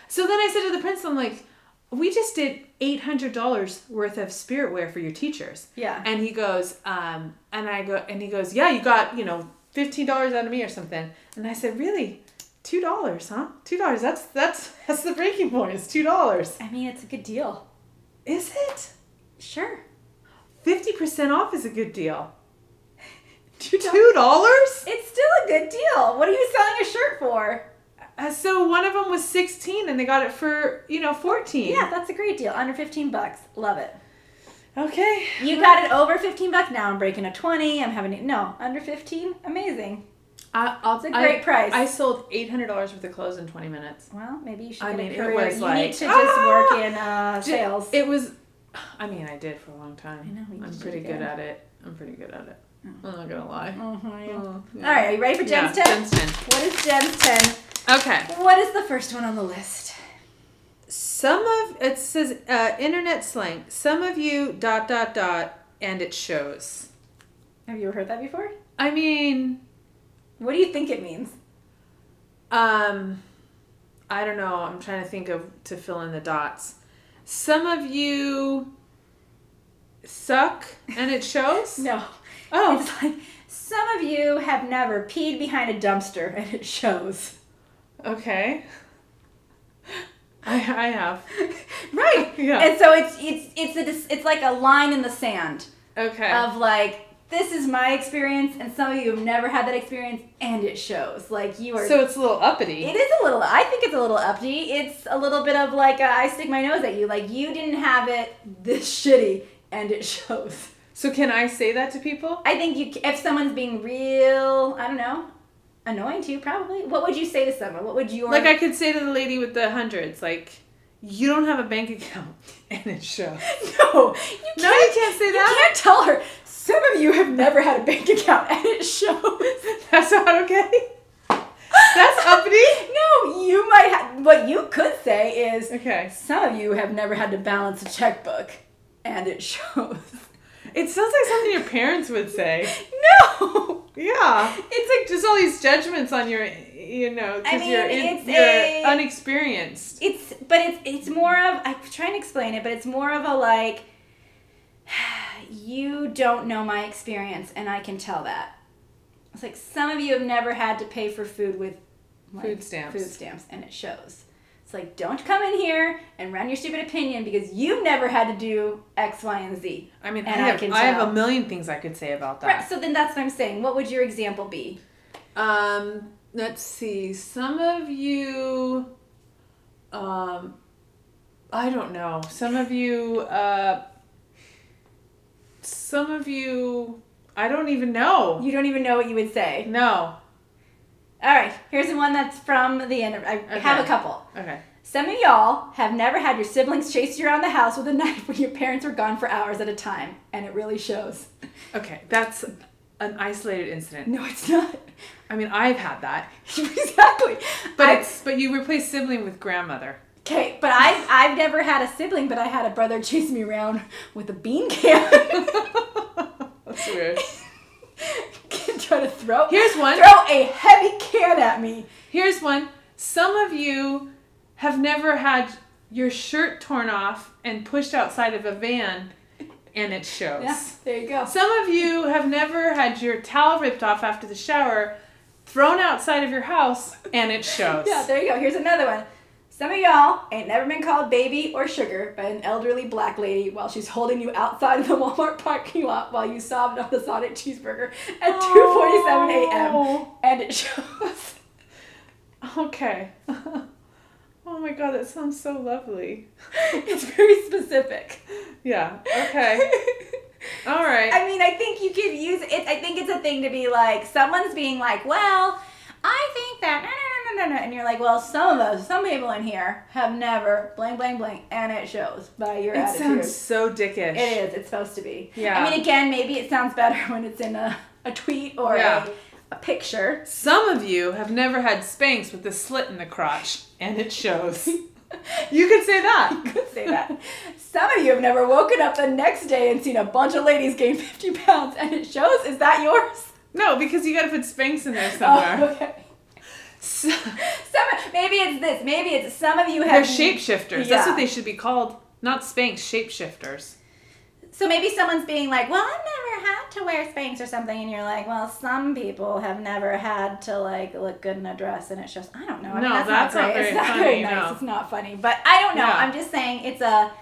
S1: So then I said to the principal, I'm like, we just did eight hundred dollars worth of spirit wear for your teachers.
S2: Yeah.
S1: And he goes, um, and I go, and he goes, yeah, you got you know fifteen dollars out of me or something. And I said, really, two dollars, huh? Two dollars. That's that's (laughs) that's the breaking point. It's two dollars.
S2: I mean, it's a good deal.
S1: Is it?
S2: Sure.
S1: Fifty percent off is a good (laughs) deal. Two dollars.
S2: It's still a good deal. What are you selling a shirt for?
S1: Uh, So one of them was sixteen, and they got it for you know fourteen.
S2: Yeah, that's a great deal. Under 15 bucks.
S1: (laughs)
S2: Love it.
S1: Okay.
S2: You got it over 15 bucks. Now I'm breaking a 20. I'm having it. No, under 15. Amazing.
S1: I, Uh, I'll,
S2: It's a great
S1: I-
S2: price.
S1: I sold eight hundred dollars worth of clothes in twenty minutes.
S2: Well, maybe you should
S1: I
S2: get
S1: mean,
S2: a
S1: it
S2: career.
S1: was
S2: you
S1: like,
S2: need to just
S1: ah!
S2: work in uh,
S1: Ju-
S2: sales.
S1: It was. I mean, I did for a long time.
S2: I know, you
S1: I'm
S2: did
S1: pretty
S2: it
S1: good at
S2: good.
S1: it. I'm pretty good at it. I'm not gonna lie.
S2: Mhm, yeah.
S1: Mm, yeah.
S2: All right, are you ready for
S1: Yeah,
S2: Jen's
S1: Jen's
S2: 10?
S1: 10.
S2: What is Jen's 10?
S1: Okay.
S2: What is the first one on the list?
S1: Some of it says uh, internet slang. Some of you dot dot dot, and it shows.
S2: Have you ever heard that before?
S1: I mean,
S2: What do you think it means?
S1: um, I don't know. I'm trying to think of to fill in the dots. Some of you suck, and it (laughs) shows.
S2: No.
S1: Oh,
S2: It's like some of you have never peed behind a dumpster and it shows.
S1: Okay. I, I have.
S2: right.
S1: Yeah.
S2: And so it's it's it's a dis- it's like a line in the sand
S1: Okay.
S2: of like this is my experience and some of you have never had that experience and it shows. Like you are
S1: so it's a little uppity.
S2: It is a little. I think it's a little upbeat. It's a little bit of like a, I stick my nose at you. Like you didn't have it this shitty, and it shows.
S1: so can I say that to people?
S2: I think you c- if someone's being real, I don't know, annoying to you probably. What would you say to someone? What would your
S1: Like I could say to the lady with the hundreds, like, you don't have a bank account, (laughs) and it shows.
S2: (laughs) no? You can't,
S1: No, you can't say
S2: you
S1: that.
S2: can't tell her. Some of you have never had a bank account, and it shows.
S1: That's not okay. (laughs) That's uppity.
S2: (laughs) no, you might. Ha- what you could say is
S1: Okay.
S2: some of you have never had to balance a checkbook, and it shows.
S1: It sounds like something your parents would say.
S2: (laughs) No.
S1: Yeah.
S2: It's
S1: Just all these judgments on your, you know,
S2: I
S1: because
S2: mean,
S1: you're, in-
S2: it's
S1: you're
S2: a-
S1: unexperienced.
S2: a it's but it's it's more of I'm trying to explain it, but it's more of a like (sighs) you don't know my experience and I can tell that. It's like some of you have never had to pay for food with like,
S1: Food stamps.
S2: Food stamps and it shows. It's like don't come in here and run your stupid opinion because you've never had to do X, Y, and Z.
S1: I mean, I
S2: And I
S1: have,
S2: can
S1: I have
S2: tell.
S1: a million things I could say about that.
S2: Right. So then that's what I'm saying. What would your example be?
S1: Um, let's see. Some of you, um, I don't know. Some of you, uh, some of you, I don't even know.
S2: You don't even know what you would say.
S1: No.
S2: All right. Here's the one that's from the end. Of, I have a
S1: Okay.
S2: couple.
S1: Okay.
S2: Some of y'all have never had your siblings chase you around the house with a knife when your parents were gone for hours at a time, and it really shows. (laughs)
S1: Okay. That's an isolated incident.
S2: No, it's not. (laughs)
S1: I mean, I've had that,
S2: exactly.
S1: but
S2: I-
S1: it's but you replace sibling with grandmother. (laughs)
S2: okay, but I I've never had a sibling, but I had a brother chase me around with a bean can. (laughs)
S1: That's weird.
S2: Try to throw
S1: Here's one.
S2: throw a heavy can at me.
S1: Here's one. Some of you have never had your shirt torn off and pushed outside of a van, and it shows.
S2: Yeah, there you go.
S1: Some of you have never had your towel ripped off after the shower, thrown outside of your house, and it shows.
S2: Yeah, there you go. Here's another one. Some of y'all ain't never been called baby or sugar by an elderly black lady while she's holding you outside the (laughs) Walmart parking lot while you sobbed on the Sonic cheeseburger at 2:47 a.m.
S1: Oh,
S2: and it shows. (laughs)
S1: Okay. (laughs) oh my god, that sounds so lovely.
S2: it's very specific.
S1: Yeah.
S2: (laughs)
S1: (laughs) Okay. All right.
S2: I mean, I think you could use it. I think it's a thing to be like someone's being like, well, I think that no, no, no, no, no, no, and you're like, well, some of us, some people in here have never blank, blank, blank, and it shows by your
S1: it
S2: attitude.
S1: sounds so dickish.
S2: It is. It's supposed to be.
S1: Yeah.
S2: I mean, again, maybe it sounds better (laughs) when it's in a, a tweet or
S1: Yeah.
S2: a, a picture. (laughs)
S1: Some of you have never had Spanx with a slit in the crotch, and it shows. You could say that.
S2: You could say that. Some of you have never woken up the next day and seen a bunch of ladies gain 50 pounds, and it shows. Is that yours?
S1: No, because you got to put Spanx in there somewhere.
S2: Oh, (laughs) okay.
S1: So-
S2: Oh. Some, maybe it's this. Maybe it's some of
S1: (laughs)
S2: you
S1: they're
S2: have
S1: shapeshifters. That's
S2: Yeah.
S1: what they should be called. Not Spanx, shapeshifters.
S2: So maybe someone's being like, "Well, I've never had to wear Spanx or something," and you're like, "Well, some people have never had to like look good in a dress," and it shows. I don't know. I mean,
S1: No,
S2: that's,
S1: that's
S2: not
S1: not
S2: great.
S1: very
S2: it's not
S1: funny,
S2: very nice.
S1: no.
S2: It's not funny. But I don't know.
S1: Yeah.
S2: I'm just saying it's a.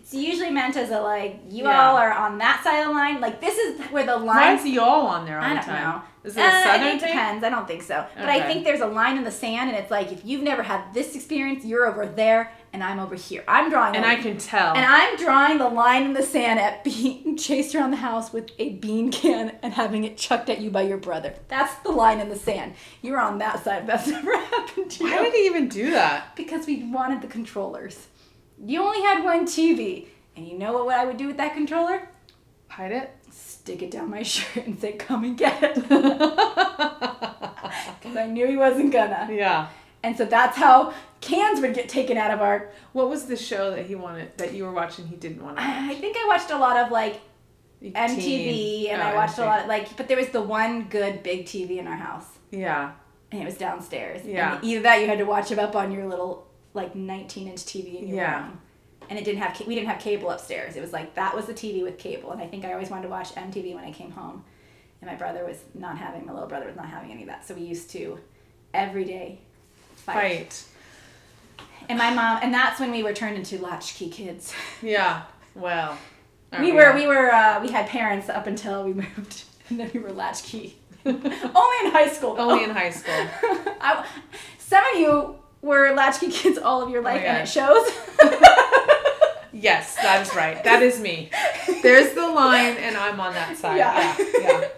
S2: It's usually meant as a like you
S1: Yeah.
S2: all are on that side of the line. Like this is where the
S1: Why
S2: line.
S1: is y'all on there all
S2: I
S1: the
S2: don't
S1: time?
S2: know.
S1: Is it
S2: Uh,
S1: a
S2: I
S1: southern
S2: think it
S1: thing?
S2: depends. I don't think so. But I
S1: Okay.
S2: think there's a line in the sand, and it's like if you've never had this experience, you're over there, and I'm over here. I'm drawing.
S1: And
S2: a
S1: I can tell.
S2: and I'm drawing the line in the sand at being (laughs) chased around the house with a bean can and having it chucked at you by your brother. That's the line in the sand. You're on that side. That's (laughs) never happened to
S1: Why
S2: you.
S1: did he even do that?
S2: because we wanted the controllers. You only had one TV. And you know what I would do with that controller?
S1: Hide it? (laughs)
S2: Stick it down my (laughs) shirt and say, come and get it. (laughs)
S1: yeah.
S2: Because I knew he wasn't gonna. And so that's how cans would get taken out of our
S1: What was the show that he wanted that you were watching he didn't want to watch?
S2: I think I watched a lot of like
S1: Teen.
S2: MTV and
S1: Oh,
S2: I watched a
S1: MTV.
S2: lot of like but there was the one good big TV in our house.
S1: Yeah.
S2: and it was downstairs.
S1: Yeah.
S2: And either that, you had to watch it up on your little like 19 inch TV in your
S1: Yeah.
S2: room. And it didn't have ca- we didn't have cable upstairs. It was like that was the TV with cable, and I think I always wanted to watch MTV when I came home. And my brother was not having my little brother was not having any of that, so we used to every day fight.
S1: Fight.
S2: And my mom, and that's when we were turned into latchkey
S1: (laughs)
S2: kids.
S1: Yeah. Well. aren't
S2: we were we were uh, we had parents up until we (laughs) moved, and then we were latchkey. (laughs) Only in high school.
S1: (laughs) Only in high school.
S2: (laughs) I, some of you were latchkey kids all of your
S1: Oh
S2: life, and
S1: yeah.
S2: it shows.
S1: Yes, that's right. That is me. (laughs)
S2: (laughs)
S1: There's the line, and I'm on that side.
S2: Yeah.
S1: Yeah.
S2: (laughs)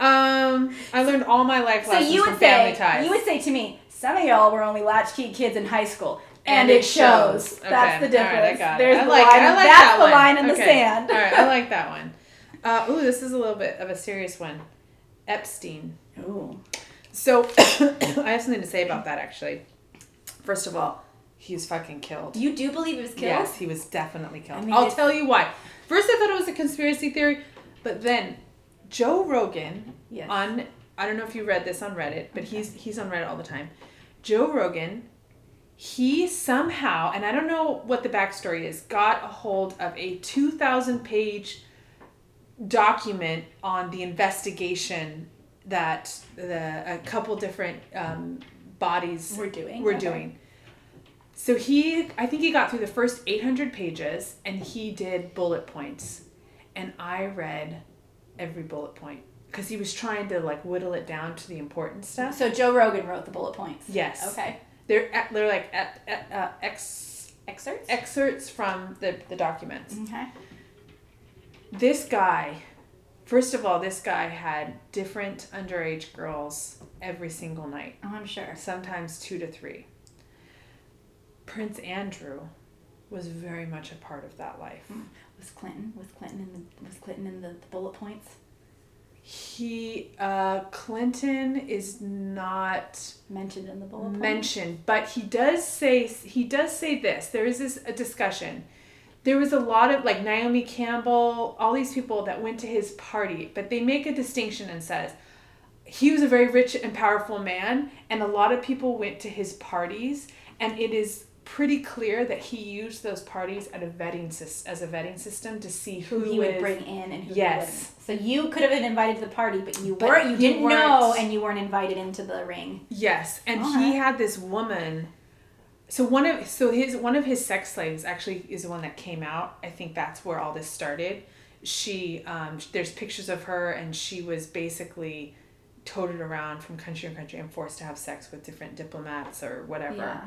S1: Yeah. Um, I learned all my life
S2: so
S1: lessons
S2: you
S1: from
S2: would
S1: Family
S2: say
S1: Ties.
S2: you would say to me, some of y'all were only latchkey kids in high school, and,
S1: And
S2: it
S1: it
S2: shows.
S1: shows.
S2: That's
S1: Okay.
S2: the
S1: All right, I
S2: difference.
S1: got it.
S2: There's
S1: I
S2: the
S1: like-
S2: line.
S1: I like
S2: that's
S1: that
S2: the
S1: one.
S2: line in the
S1: Okay.
S2: sand.
S1: All right, I like that one. Uh, ooh, this is a little bit of a serious one. Epstein.
S2: (laughs) Ooh.
S1: So (coughs) I have something to say about that actually. First of all, he was fucking killed.
S2: You do believe it was killed?
S1: Yes, he was definitely killed.
S2: I mean,
S1: I'll
S2: it's-
S1: tell you why. First, I thought it was a conspiracy theory, but then Joe Rogan
S2: Yes.
S1: on I don't know if you read this on Reddit, but he's he's on Reddit all the time. Joe Rogan, he somehow, and I don't know what the backstory is, got a hold of a two thousand page document on the investigation that the a couple different um, bodies
S2: We're doing.
S1: we're
S2: Okay.
S1: doing. So he, I think he got through the first 800 pages and he did bullet points. And I read every bullet point because he was trying to like whittle it down to the important stuff.
S2: So Joe Rogan wrote the bullet points.
S1: Yes.
S2: Okay.
S1: They're, e- they're like ep- ep- uh, ex,
S2: Excerpts.
S1: excerpts from the, the documents.
S2: okay.
S1: This guy, first of all, this guy had different underage girls every single night.
S2: Oh, I'm sure.
S1: sometimes two to three. Prince Andrew was very much a part of that life.
S2: Was Clinton? Was Clinton in the? Was Clinton in the, the bullet points?
S1: He, uh, Clinton is not
S2: Mentioned in the bullet points.
S1: mentioned, but he does say he does say this. There is this a discussion. There was a lot of like Naomi Campbell, all these people that went to his party, but they make a distinction and says he was a very rich and powerful man, and a lot of people went to his parties, and it is pretty clear that he used those parties at a vetting sys- as a vetting system to see who,
S2: who you would
S1: is-
S2: bring in and who
S1: Yes.
S2: you wouldn't. So you could have been invited to the party, but you
S1: But
S2: weren't. You
S1: you
S2: didn't know,
S1: weren't.
S2: and you weren't invited into the ring.
S1: Yes, and
S2: Okay.
S1: he had this woman. So one of so his one of his sex slaves actually is the one that came out. I think that's where all this started. She um, sh- there's pictures of her, and she was basically toted around from country to country and forced to have sex with different diplomats or whatever.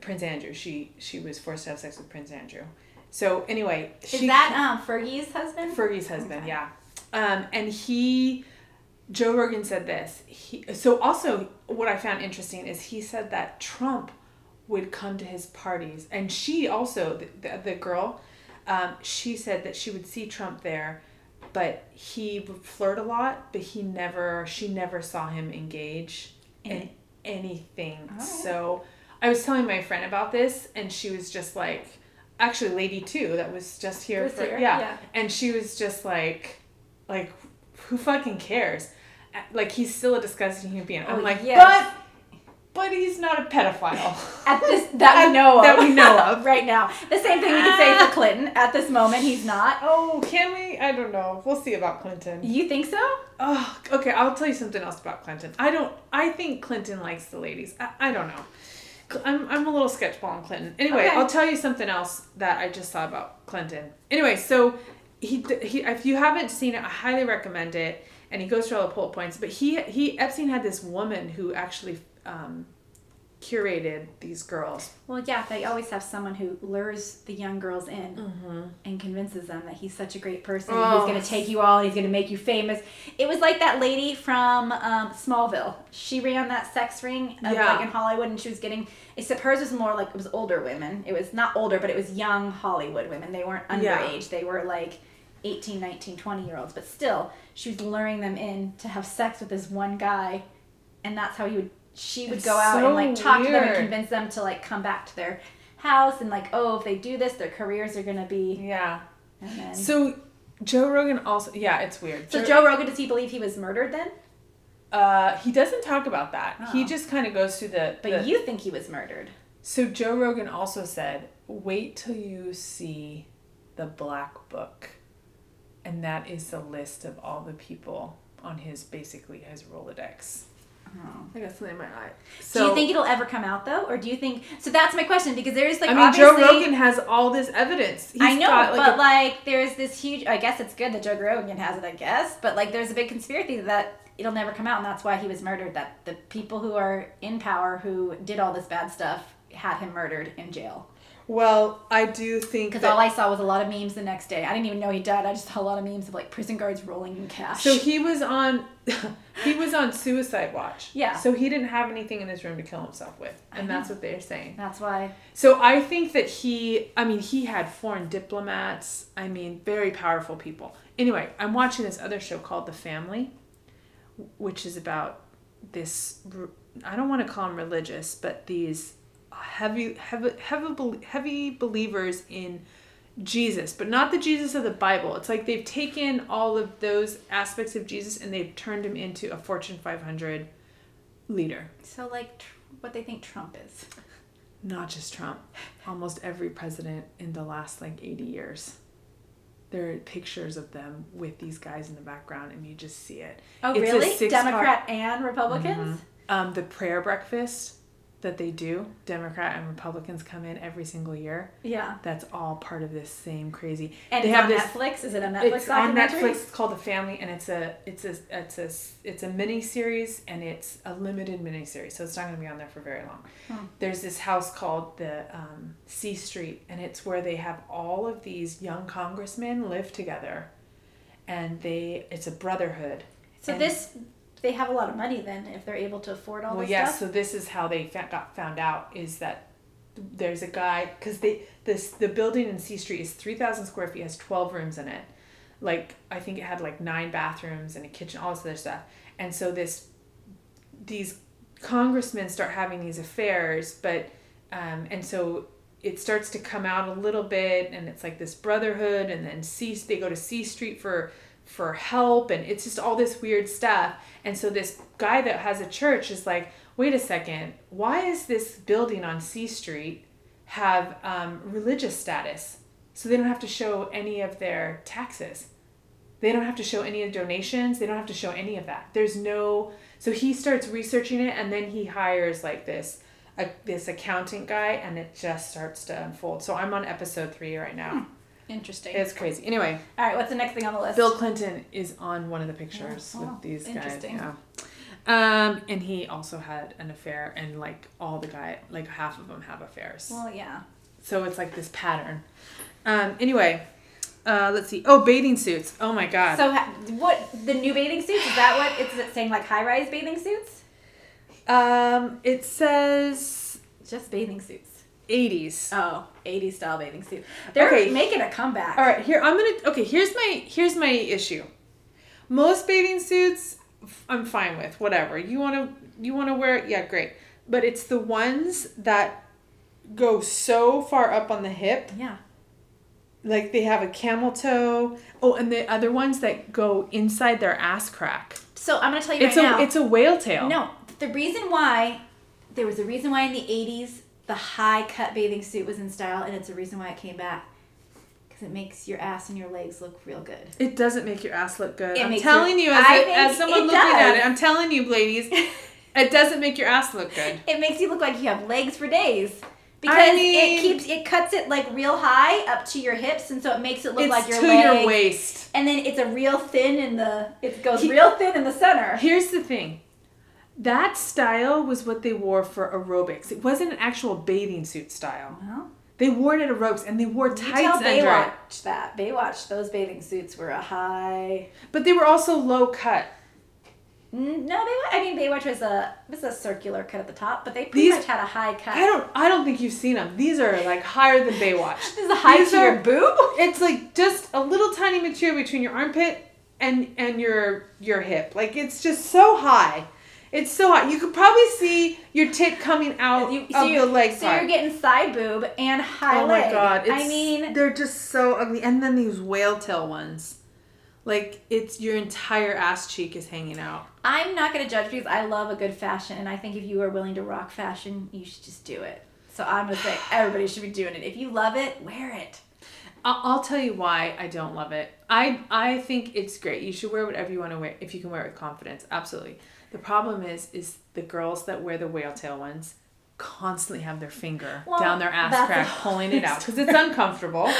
S1: Prince Andrew. She she was forced to have sex with Prince Andrew. So anyway,
S2: Is that um, Fergie's husband?
S1: Fergie's husband,
S2: Okay.
S1: yeah. Um, and he, Joe Rogan said this. He, so also, what I found interesting is he said that Trump would come to his parties, and she also, the, the, the girl, um, she said that she would see Trump there, but he would flirt a lot, but he never, she never saw him engage in anything.
S2: Alright.
S1: So I was telling my friend about this, and she was just like, actually, lady two that was just here
S2: Was
S1: for
S2: here,
S1: yeah.
S2: yeah.
S1: and she was just like, like, who fucking cares? Uh, Like he's still a disgusting human being. I'm
S2: Oh,
S1: like,
S2: yes.
S1: but, but he's not a pedophile.
S2: (laughs)
S1: (laughs)
S2: At this that we know of.
S1: That we know of.
S2: (laughs) right now. The same thing we could say
S1: (laughs)
S2: for Clinton. At this moment, he's not.
S1: oh, can we? I don't know. We'll see about Clinton.
S2: You think so?
S1: Oh, okay. I'll tell you something else about Clinton. I don't. I think Clinton likes the ladies. I, I don't know. Cl- I'm, I'm a little sketchball on Clinton. Anyway,
S2: Okay.
S1: I'll tell you something else that I just saw about Clinton. Anyway, so he, he if you haven't seen it, I highly recommend it. And he goes through all the bullet points. But he he Epstein had this woman who actually um, curated these girls.
S2: Well, yeah, they always have someone who lures the young girls in and convinces them that he's such a great person. and
S1: Mm-hmm. Oh.
S2: He's going to take you all and he's going to make you famous. It was like that lady from um, Smallville. She ran that sex ring of,
S1: Yeah.
S2: like in Hollywood and she was getting, except hers was more like, it was older women. It was not older, but it was young Hollywood women. They weren't underage.
S1: Yeah.
S2: They were like 18, 19, 20 year olds. But still, she was luring them in to have sex with this one guy. And that's how he would, she would
S1: It's
S2: go out and
S1: so
S2: like talk to them and
S1: weird.
S2: convince convince them to like come back to their house and like oh if they do this their careers are gonna be
S1: Yeah.
S2: and then, so,
S1: So Joe Rogan also yeah, it's weird.
S2: joe rogan does he believe he was murdered then
S1: Uh, he doesn't talk about that. He
S2: Oh.
S1: just kind of goes through the.
S2: but
S1: the-
S2: you think he was murdered
S1: So Joe Rogan also said, "Wait till you see the black book," and that is the list of all the people on his basically his Rolodex. Oh, I got something in my eye. So
S2: do you think it'll ever come out though or do you think so that's my question because there is like
S1: I mean,
S2: obviously
S1: Joe Rogan has all this evidence. He's
S2: I know,
S1: got,
S2: but
S1: a-
S2: like, there's this huge. I guess it's good that Joe Rogan has it. I guess, but like, there's a big conspiracy that it'll never come out, and that's why he was murdered. That the people who are in power, who did all this bad stuff, had him murdered in jail.
S1: well, I do think
S2: Because
S1: that-
S2: all I saw was a lot of memes the next day. I didn't even know he died. I just saw a lot of memes of like prison guards rolling in cash.
S1: So he was on (laughs) he was on suicide watch.
S2: Yeah.
S1: So he didn't have anything in his room to kill himself with. And that's what they're saying.
S2: that's why.
S1: So I think that he I mean he had foreign diplomats, I mean very powerful people. Anyway, I'm watching this other show called The Family, which is about this r- I don't want to call them religious, but these heavy heavy heavy, bel- heavy believers in Jesus, but not the Jesus of the Bible. It's like they've taken all of those aspects of Jesus and they've turned him into a Fortune 500 leader.
S2: So like, tr- what they think Trump is.
S1: Not just Trump, almost every president in the last like 80 years. There are pictures of them with these guys in the background, and you just see it.
S2: Oh
S1: It's a
S2: really?
S1: six-part-
S2: Democrat and Republicans.
S1: um, the prayer breakfast that they do, Democrat and Republicans come in every single year.
S2: Yeah.
S1: That's all part of this same crazy.
S2: Mm-hmm. And
S1: they
S2: it's
S1: have
S2: on
S1: this.
S2: Netflix. Is it a Netflix
S1: It's on
S2: documentary?
S1: Netflix. It's called The Family, and it's a it's a it's a it's a mini series, and it's a limited mini series, so it's not going to be on there for very long.
S2: Hmm.
S1: There's this house called the um, C Street, and it's where they have all of these young congressmen live together, and they it's a brotherhood.
S2: So
S1: And-
S2: this, they have a lot of money then if they're able to afford all
S1: Well,
S2: this
S1: yeah.
S2: stuff.
S1: So this is how they fa- got found out is that there's a guy because they this the building in C Street is three thousand square feet has twelve rooms in it, like I think it had like nine bathrooms and a kitchen, all this other stuff, and so this these congressmen start having these affairs, but um, and so it starts to come out a little bit, and it's like this brotherhood, and then C they go to C Street for for help, and it's just all this weird stuff, and so this guy that has a church is like, wait a second, why is this building on C Street have um, religious status? So they don't have to show any of their taxes. They don't have to show any of donations. They don't have to show any of that. There's no so he starts researching it and then he hires like this a, this accountant guy and it just starts to unfold. So I'm on episode 3 right now.
S2: Interesting.
S1: It's crazy. Anyway,
S2: all right. What's the next thing on the list?
S1: Bill Clinton is on one of the pictures
S2: Oh,
S1: with these guys.
S2: interesting.
S1: Yeah. Um and he also had an affair and like all the guy like half of them have affairs.
S2: Well, yeah.
S1: So it's like this pattern. Um anyway, uh let's see. Oh, bathing suits. Oh my god.
S2: So ha- what? The new bathing suits? Is that what it's is it saying? Like high-rise bathing suits?
S1: Um, it says
S2: Just bathing suits.
S1: 80s.
S2: Oh, 80s style bathing suit. They're
S1: Okay.
S2: making a comeback.
S1: All right, here I'm going to Okay, here's my here's my issue. Most bathing suits f- I'm fine with, whatever. You want to you want to wear it? Yeah, great. but it's the ones that go so far up on the hip,
S2: Yeah.
S1: like they have a camel toe. Oh, and the other ones that go inside their ass crack.
S2: So I'm gonna tell you
S1: It's
S2: right
S1: a
S2: now.
S1: it's a whale tail.
S2: No, the reason why there was a reason why in the '80s the high cut bathing suit was in style, and it's a reason why it came back because it makes your ass and your legs look real good.
S1: It doesn't make your ass look good.
S2: It
S1: I'm
S2: makes
S1: telling you,
S2: your-
S1: as,
S2: I
S1: a,
S2: think
S1: as someone
S2: it
S1: looking at
S2: does.
S1: it, I'm telling you,
S2: (laughs)
S1: ladies, it doesn't make your ass look good.
S2: It makes you look like you have legs for days. Because
S1: mean-
S2: it keeps it cuts it like real high up to your hips, and so it makes it look
S1: it's
S2: like your
S1: to
S2: leg.
S1: your waist.
S2: And then it's a real thin in the it goes
S1: He-
S2: real thin in the center.
S1: Here's the thing. That style was what they wore for aerobics. It wasn't an actual bathing suit style.
S2: Well,
S1: They wore it at aerobics and they wore
S2: you tell
S1: tights under it.
S2: Baywatch that Baywatch those bathing suits were a high.
S1: But they were also low cut.
S2: Mm, No, Baywatch. I mean, Baywatch was a was a circular cut at the top, but they pretty
S1: These-
S2: much had a high cut.
S1: I don't I don't think you've seen them. These are like higher than Baywatch.
S2: (laughs) This is a high
S1: These
S2: to
S1: are-
S2: your boob.
S1: (laughs) It's like just a little tiny material between your armpit and and your your hip. Like it's just so high. It's so high. You could probably see your tit coming out
S2: You-
S1: of
S2: you-
S1: the leg
S2: so
S1: part.
S2: you're getting side boob and high
S1: oh
S2: leg.
S1: my god! It's,
S2: I mean,
S1: they're just so ugly. And then these whale tail ones, like it's your entire ass cheek is hanging out.
S2: I'm not gonna judge because I love a good fashion, and I think if you are willing to rock fashion, you should just do it. So I'm
S1: (sighs)
S2: gonna say everybody should be doing it. If you love it, wear it.
S1: I'll, I'll tell you why I don't love it. I I think it's great. You should wear whatever you want to wear if you can wear it with confidence. Absolutely. The problem is is the girls that wear the whale tail ones constantly have their finger
S2: Well,
S1: down their ass
S2: that's
S1: crack
S2: a-
S1: pulling it out because it's
S2: (laughs)
S1: uncomfortable,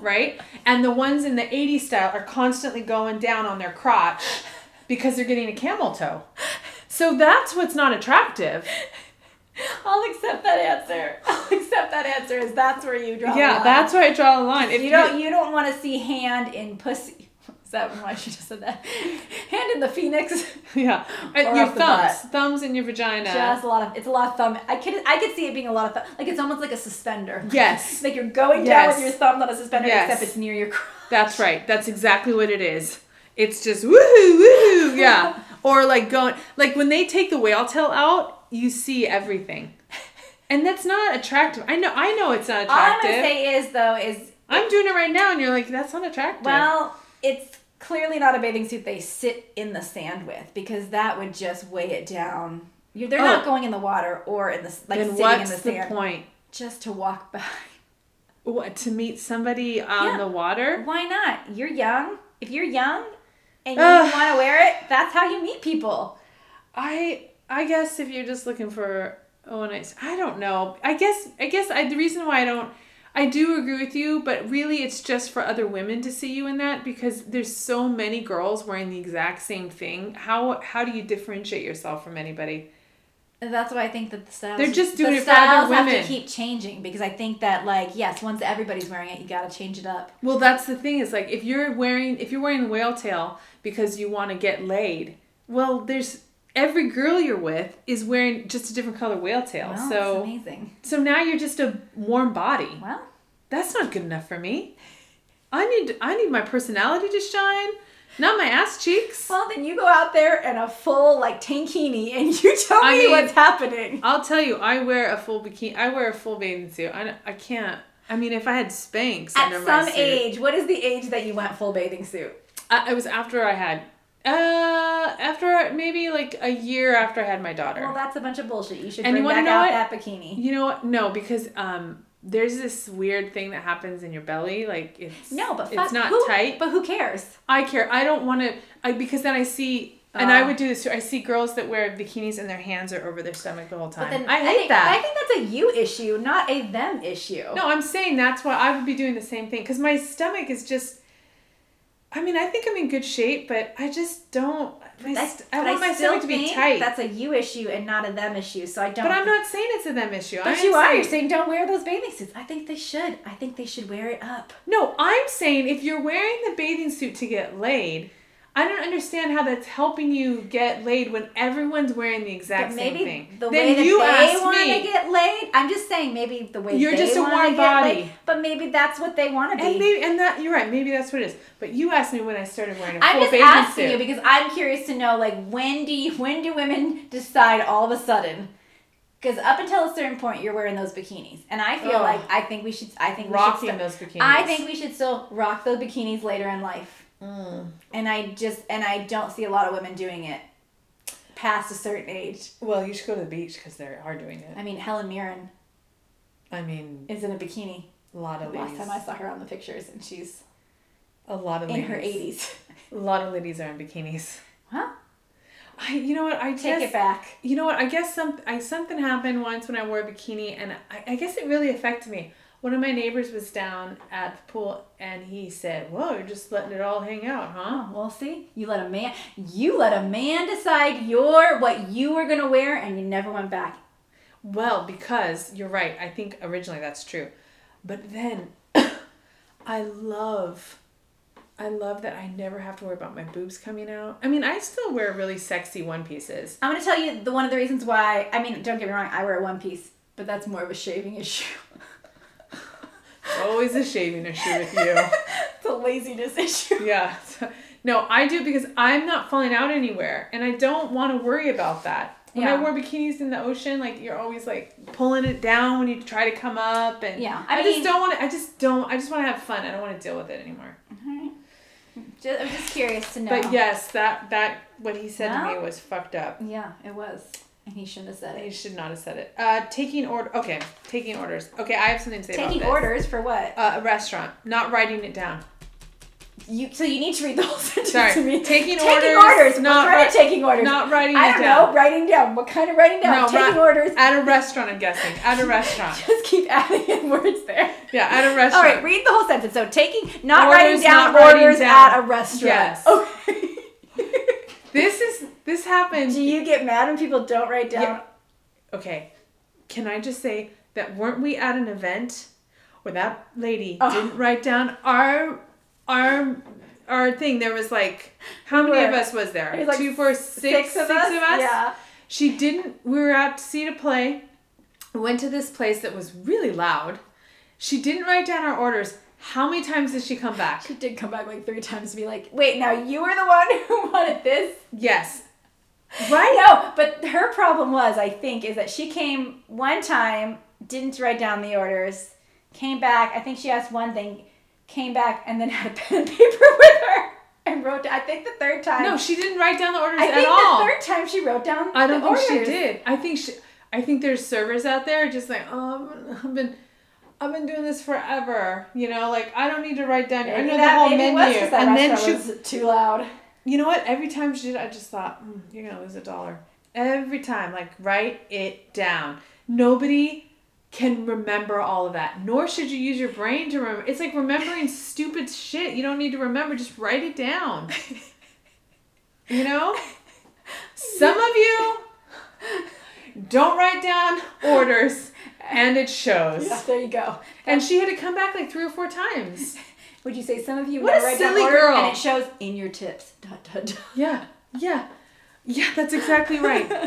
S1: right? And the ones in the 80s style are constantly going down on their crotch because they're getting a camel toe. So that's what's not attractive.
S2: I'll accept that answer. (laughs) I'll accept that answer. Is that's where you draw. the
S1: yeah,
S2: line.
S1: that's where I draw the line. If
S2: Oh, you don't. You don't want to see hand in pussy. (laughs) Is that why she just said that? (laughs) Hand in the phoenix. (laughs)
S1: (laughs) yeah,
S2: Or
S1: your
S2: up the
S1: thumbs, thumbs in your vagina.
S2: Just a lot of. It's a lot of thumb. I could. I could see it being a lot of thumb. Like it's almost like a suspender.
S1: Yes.
S2: Like you're going down
S1: Yes.
S2: with your thumb on a suspender,
S1: Yes.
S2: except it's near your. crotch.
S1: That's right. That's exactly what it is. It's just woohoo, woohoo,
S2: (laughs)
S1: yeah. or like going, like when they take the whale tail out, you see everything, and that's not attractive. I know, I know, it's not
S2: All I'm
S1: attractive.
S2: gonna
S1: I'm,
S2: say is though is
S1: doing it right now, and you're like, that's not attractive.
S2: Well, it's clearly not a bathing suit they sit in the sand with because that would just weigh it down. You're, they're
S1: Oh.
S2: not going in the water or in the s- like
S1: then
S2: sitting
S1: what's
S2: in
S1: the,
S2: the sand
S1: point?
S2: just to walk by.
S1: What to meet somebody on
S2: Yeah.
S1: the water?
S2: Why not? You're young. If you're young and you
S1: Ugh.
S2: want to wear it, that's how you meet people.
S1: I I guess if you're just looking for oh, a one night, I don't know. I guess I guess I the reason why I don't I do agree with you, but really it's just for other women to see you in that because there's so many girls wearing the exact same thing. How how do you differentiate yourself from anybody?
S2: And that's why I think that the styles
S1: They're just doing
S2: the
S1: it for other
S2: styles have
S1: women.
S2: to keep changing because I think that like yes, once everybody's wearing it, you got to change it up.
S1: Well, that's the thing is like if you're wearing if you're wearing whale tail because you want to get laid, well, there's every girl you're with is wearing just a different color whale tail.
S2: Wow, that's
S1: so
S2: amazing.
S1: so now you're just a warm body.
S2: Well,
S1: that's not good enough for me. I need I need my personality to shine, not my ass cheeks.
S2: Well, then you go out there in a full like tankini and (laughs) you tell
S1: I
S2: me
S1: mean-
S2: what's happening.
S1: I'll tell you, I wear a full bikini. I wear a full bathing suit. I, I can't. I mean, if I had Spanx
S2: At
S1: under my
S2: some
S1: suit,
S2: age, what is the age that you went full bathing suit?
S1: I, it was after I had, uh, after maybe like a year after I had my daughter.
S2: Well, that's a bunch of bullshit. You should
S1: And you wanna
S2: bring back
S1: know
S2: out
S1: what?
S2: that bikini.
S1: you know what? No, because um, there's this weird thing that happens in your belly. Like it's
S2: No, but fuck,
S1: it's not
S2: who-
S1: tight.
S2: But who cares?
S1: I care. I don't want to. I because then I see, and I
S2: Oh.
S1: would do this too. I see girls that wear bikinis and their hands are over their stomach the whole time.
S2: But then
S1: I hate
S2: think,
S1: that.
S2: I think that's a you issue, not a them issue.
S1: no, I'm saying that's why I would be doing the same thing because my stomach is just. I mean, I think I'm in good shape, but I just don't. My,
S2: That's-
S1: st- I
S2: but
S1: want my
S2: still
S1: stomach to be
S2: think
S1: tight.
S2: That's a you issue and not a them issue. So I don't.
S1: but I'm not saying it's a them issue.
S2: But
S1: I'm
S2: you are. You're
S1: saying-
S2: saying don't wear those bathing suits. I think they should. I think they should wear it up.
S1: No, I'm saying if you're wearing the bathing suit to get laid, I don't understand how that's helping you get laid when everyone's wearing the exact
S2: But
S1: same
S2: maybe
S1: thing.
S2: the
S1: then
S2: way that
S1: you
S2: they
S1: ask
S2: want
S1: me.
S2: to get laid. I'm just saying maybe the way
S1: You're
S2: they
S1: just a
S2: wanna
S1: warm
S2: get
S1: body.
S2: laid, but maybe that's what they want to be.
S1: And maybe and that you're right. Maybe that's what it is. But you asked me when I started wearing a full
S2: I'm just
S1: bathing
S2: asking
S1: suit.
S2: you because I'm curious to know like when do you when do women decide all of a sudden Because up until a certain point, you're wearing those bikinis, and I feel
S1: Ugh.
S2: like I think we should. I think we should.
S1: Rocking
S2: Still,
S1: those bikinis.
S2: I think we should still rock those bikinis later in life.
S1: Mm.
S2: And I just and I don't see a lot of women doing it past a certain age.
S1: Well, you should go to the beach because they are doing it.
S2: I mean, Helen Mirren
S1: I mean,
S2: is in a bikini.
S1: a lot of
S2: Last
S1: ladies.
S2: time I saw her on the pictures, and she's
S1: A lot of
S2: in
S1: ladies.
S2: her eighties. (laughs)
S1: A lot of ladies are in bikinis. (laughs)
S2: Huh?
S1: I, you know what? I
S2: Take
S1: just,
S2: it back.
S1: You know what? I guess some, I, something happened once when I wore a bikini, and I, I guess it really affected me. One of my neighbors was down at the pool, and he said, "Whoa, you're just letting it all hang out, huh?"
S2: Well, see, you let a man, you let a man decide your what you were gonna wear, and you never went back.
S1: Well, because you're right. I think originally that's true. But then (coughs) I love I love that I never have to worry about my boobs coming out. I mean, I still wear really sexy one pieces.
S2: I'm gonna tell you the one of the reasons why. I mean, don't get me wrong, I wear a one piece, but that's more of a shaving (laughs) issue.
S1: Always a shaving issue with
S2: (laughs)
S1: you.
S2: it's a laziness (laughs) issue.
S1: Yeah. No, I do because I'm not falling out anywhere and I don't want to worry about that. When I
S2: Yeah.
S1: wore bikinis in the ocean, like you're always like pulling it down when you try to come up and
S2: Yeah,
S1: I,
S2: I
S1: just
S2: mean-
S1: don't want to I just don't I just want to have fun. I don't want to deal with it anymore.
S2: Just, I'm just curious to know.
S1: But yes, that that what he said to
S2: Well-
S1: me was fucked up.
S2: Yeah, it was, and he shouldn't have said
S1: He
S2: it.
S1: should not have said it. Uh, taking order. Okay, taking orders. Okay, I have something to say about
S2: Taking
S1: this.
S2: orders for what?
S1: Uh, a restaurant. Not writing it down.
S2: You so you need to read the whole (laughs) sentence
S1: Sorry,
S2: to me.
S1: taking
S2: taking
S1: orders,
S2: orders.
S1: not
S2: Not what kind of
S1: ri-
S2: taking orders.
S1: Not writing
S2: I
S1: it
S2: don't
S1: down.
S2: know. Writing down. What kind of writing down?
S1: No,
S2: taking
S1: ri-
S2: orders. (laughs)
S1: At a restaurant, I'm guessing. At a restaurant.
S2: Just keep adding in words there.
S1: Yeah, at a
S2: All
S1: restaurant.
S2: right, read the whole sentence. So taking, not
S1: Orders,
S2: writing down
S1: not writing
S2: orders
S1: down.
S2: at a restaurant.
S1: Yes.
S2: Okay.
S1: This is this happened.
S2: (laughs) Do you get mad when people don't write down?
S1: Yeah. Okay, can I just say that weren't we at an event where that lady
S2: Oh.
S1: didn't write down our our our thing? There was like how many of
S2: Were-
S1: us was there?
S2: It was like
S1: Two, four, six, six of us.
S2: Yeah.
S1: She didn't. We were out to see a play. We went to this place that was really loud. She didn't write down our orders. How many times did she come back?
S2: She did come back like three times to be like, wait, now you were the one (laughs) who wanted this?
S1: Yes.
S2: Right? No, but her problem was, I think, is that she came one time, didn't write down the orders, came back, I think she asked one thing, came back, and then (laughs) had a pen and paper with her and wrote, I think the third time.
S1: No, she didn't write down the orders
S2: I think
S1: at all.
S2: the third time she wrote down
S1: I don't
S2: the
S1: think
S2: orders.
S1: she did. I think she. I think there's servers out there just like, oh, I've been, I've been doing this forever. You know, like I don't need to write down. I
S2: Maybe
S1: know
S2: that-
S1: the whole
S2: maybe it
S1: menu.
S2: was 'cause that
S1: and then she,
S2: restaurant was
S1: (laughs)
S2: too loud.
S1: you know what? Every time she did, I just thought, mm, you're gonna lose a dollar. Every time, like write it down. Nobody can remember all of that. Nor should you use your brain to remember. It's like remembering stupid shit. You don't need to remember. Just write it down. You know? Some of you don't write down orders and it shows.
S2: Yeah, there you go.
S1: And she had to come back like three or four times.
S2: Would you say some of you
S1: What
S2: never
S1: a
S2: write
S1: silly
S2: down orders,
S1: girl.
S2: and it shows in your tips? (laughs) Dot dot dot.
S1: Yeah, yeah, yeah, that's exactly right.
S2: (laughs)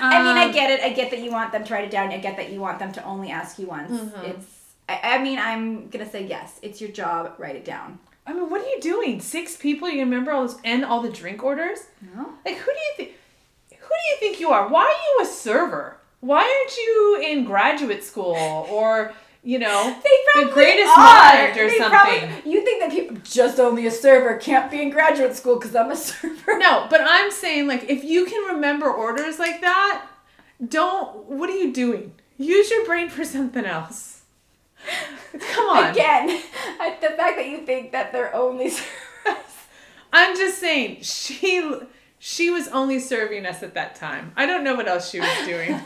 S2: I mean, I
S1: Um,
S2: get it. I get that you want them to write it down. I get that you want them to only ask you once.
S1: Mm-hmm.
S2: It's. I, I mean, I'm gonna say yes. It's your job. Write it down.
S1: I mean, what are you doing? Six people, you remember all those and all the drink orders?
S2: No.
S1: Like, who do you think? Who do you think you are? Why are you a server? Why aren't you in graduate school or you know
S2: They probably
S1: the greatest
S2: are.
S1: mind or
S2: They probably-
S1: something?
S2: you think that people just only a server can't be in graduate school because I'm a (laughs) server.
S1: No, but I'm saying like if you can remember orders like that, don't. What are you doing? Use your brain for something else. Come on.
S2: Again, (laughs) I, the fact that you think that they're only (laughs) servers.
S1: I'm just saying she she was only serving us at that time. I don't know what else she was
S2: (laughs)
S1: doing.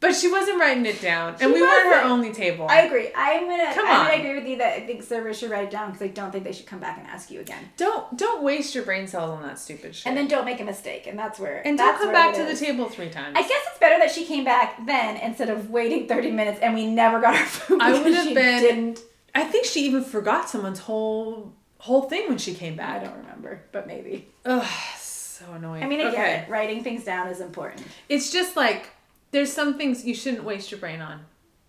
S1: But she wasn't writing it down, and
S2: She
S1: we weren't her
S2: wasn't.
S1: only table.
S2: I agree. I'm gonna.
S1: Come
S2: I'm
S1: on.
S2: gonna agree with you that I think servers should write it down because I don't think they should come back and ask you again.
S1: don't don't waste your brain cells on that stupid shit.
S2: And then don't make a mistake, and that's where.
S1: and don't
S2: that's
S1: come
S2: where
S1: back
S2: it
S1: to the
S2: is.
S1: table three times.
S2: I guess it's better that she came back then instead of waiting 30 minutes and we never got our food.
S1: I
S2: because
S1: would have
S2: she
S1: been-
S2: Didn't.
S1: I think she even forgot someone's whole whole thing when she came
S2: I
S1: back.
S2: don't remember, but maybe.
S1: Ugh, so annoying.
S2: I mean, I get it. Writing things down is important.
S1: It's just like there's some things you shouldn't waste your brain on.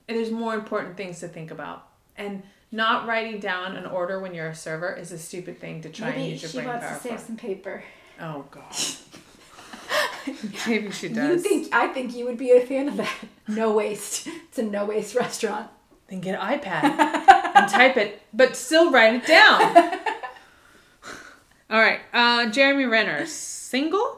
S1: And there's more important things to think about. And not writing down an order when you're a server is a stupid thing to try and
S2: maybe
S1: use your
S2: she
S1: brain
S2: wants
S1: power
S2: to save
S1: for.
S2: some paper.
S1: Oh god.
S2: (laughs)
S1: Maybe she does.
S2: You think I think you would be a fan of that. (laughs) No waste. It's a no waste restaurant.
S1: then get an iPad and type it, but still write it down.
S2: (laughs)
S1: All right, uh, Jeremy Renner, single?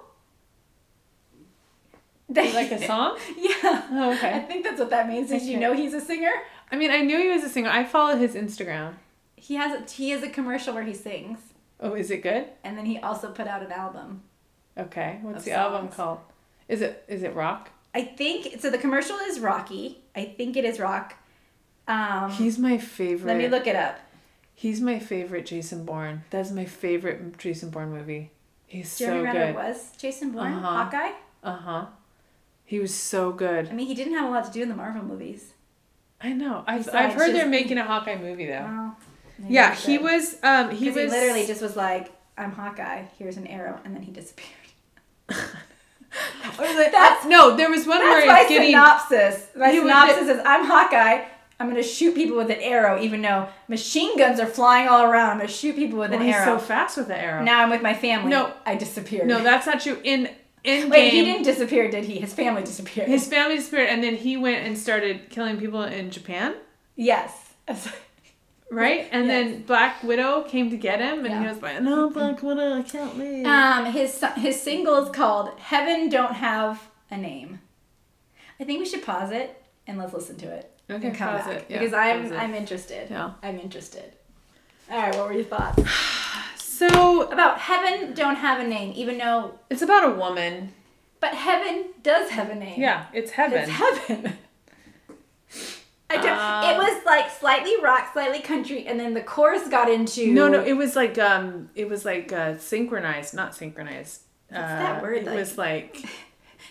S1: You like
S2: (laughs)
S1: a song?
S2: Yeah.
S1: Oh, okay.
S2: I think that's what that means. Is you
S1: Okay.
S2: know he's a singer?
S1: I mean, I knew he was a singer. I follow his Instagram.
S2: He has a, he has a commercial where he sings,
S1: Oh, is it good?
S2: and then he also put out an album.
S1: Okay, what's
S2: Of
S1: the album
S2: songs.
S1: called? Is it is it rock?
S2: I think so. The commercial is Rocky. I think it is Rock. Um,
S1: He's my favorite.
S2: let me look it up.
S1: He's my favorite Jason Bourne. That's my favorite Jason Bourne movie. He's
S2: Jeremy
S1: so
S2: Renner
S1: good.
S2: was Jason Bourne,
S1: Uh-huh.
S2: Hawkeye.
S1: Uh huh. He was so
S2: I
S1: good.
S2: mean, he didn't have a lot to do in the Marvel movies.
S1: I know. I've,
S2: Besides
S1: I've heard they're
S2: just-
S1: making a Hawkeye movie though.
S2: Wow. Maybe
S1: Yeah,
S2: that's
S1: he
S2: good.
S1: was. Um, he
S2: 'Cause
S1: was
S2: He literally just was like, "I'm Hawkeye. Here's an arrow," and then he disappeared.
S1: (laughs) Or the-
S2: That's-
S1: no. There was one
S2: That's
S1: where
S2: my
S1: he's getting.
S2: synopsis. My
S1: He was
S2: synopsis is I'm Hawkeye. I'm gonna shoot people with an arrow, even though machine guns are flying all around. I'm gonna shoot people with
S1: Well,
S2: an
S1: he's so
S2: arrow.
S1: fast with the arrow.
S2: now I'm with my family.
S1: No.
S2: I disappeared.
S1: no, that's not true. In in
S2: (laughs) wait, he didn't disappear, did he? His family disappeared.
S1: His family disappeared, and then he went and started killing people in Japan, (laughs)
S2: yes.
S1: right? And
S2: Yes.
S1: then Black Widow came to get him, and he
S2: Yeah.
S1: was like, "No, Black Widow, can't leave."
S2: Um, his so- his single is called "Heaven Don't Have a Name." I think we should pause it and let's listen to it
S1: Okay,
S2: and come
S1: pause
S2: back
S1: it. Yeah,
S2: because I'm
S1: pause it.
S2: I'm interested.
S1: Yeah.
S2: I'm interested. All right, what were your thoughts?
S1: so
S2: about heaven don't have a name even though
S1: it's about a woman.
S2: but heaven does have a name
S1: Yeah, it's heaven.
S2: it's heaven I don't,
S1: Um,
S2: it was like slightly rock slightly country and then the chorus got into
S1: no, no, it was like um, it was like uh, synchronized, not synchronized.
S2: What's that
S1: Uh,
S2: word,
S1: It
S2: like-
S1: was like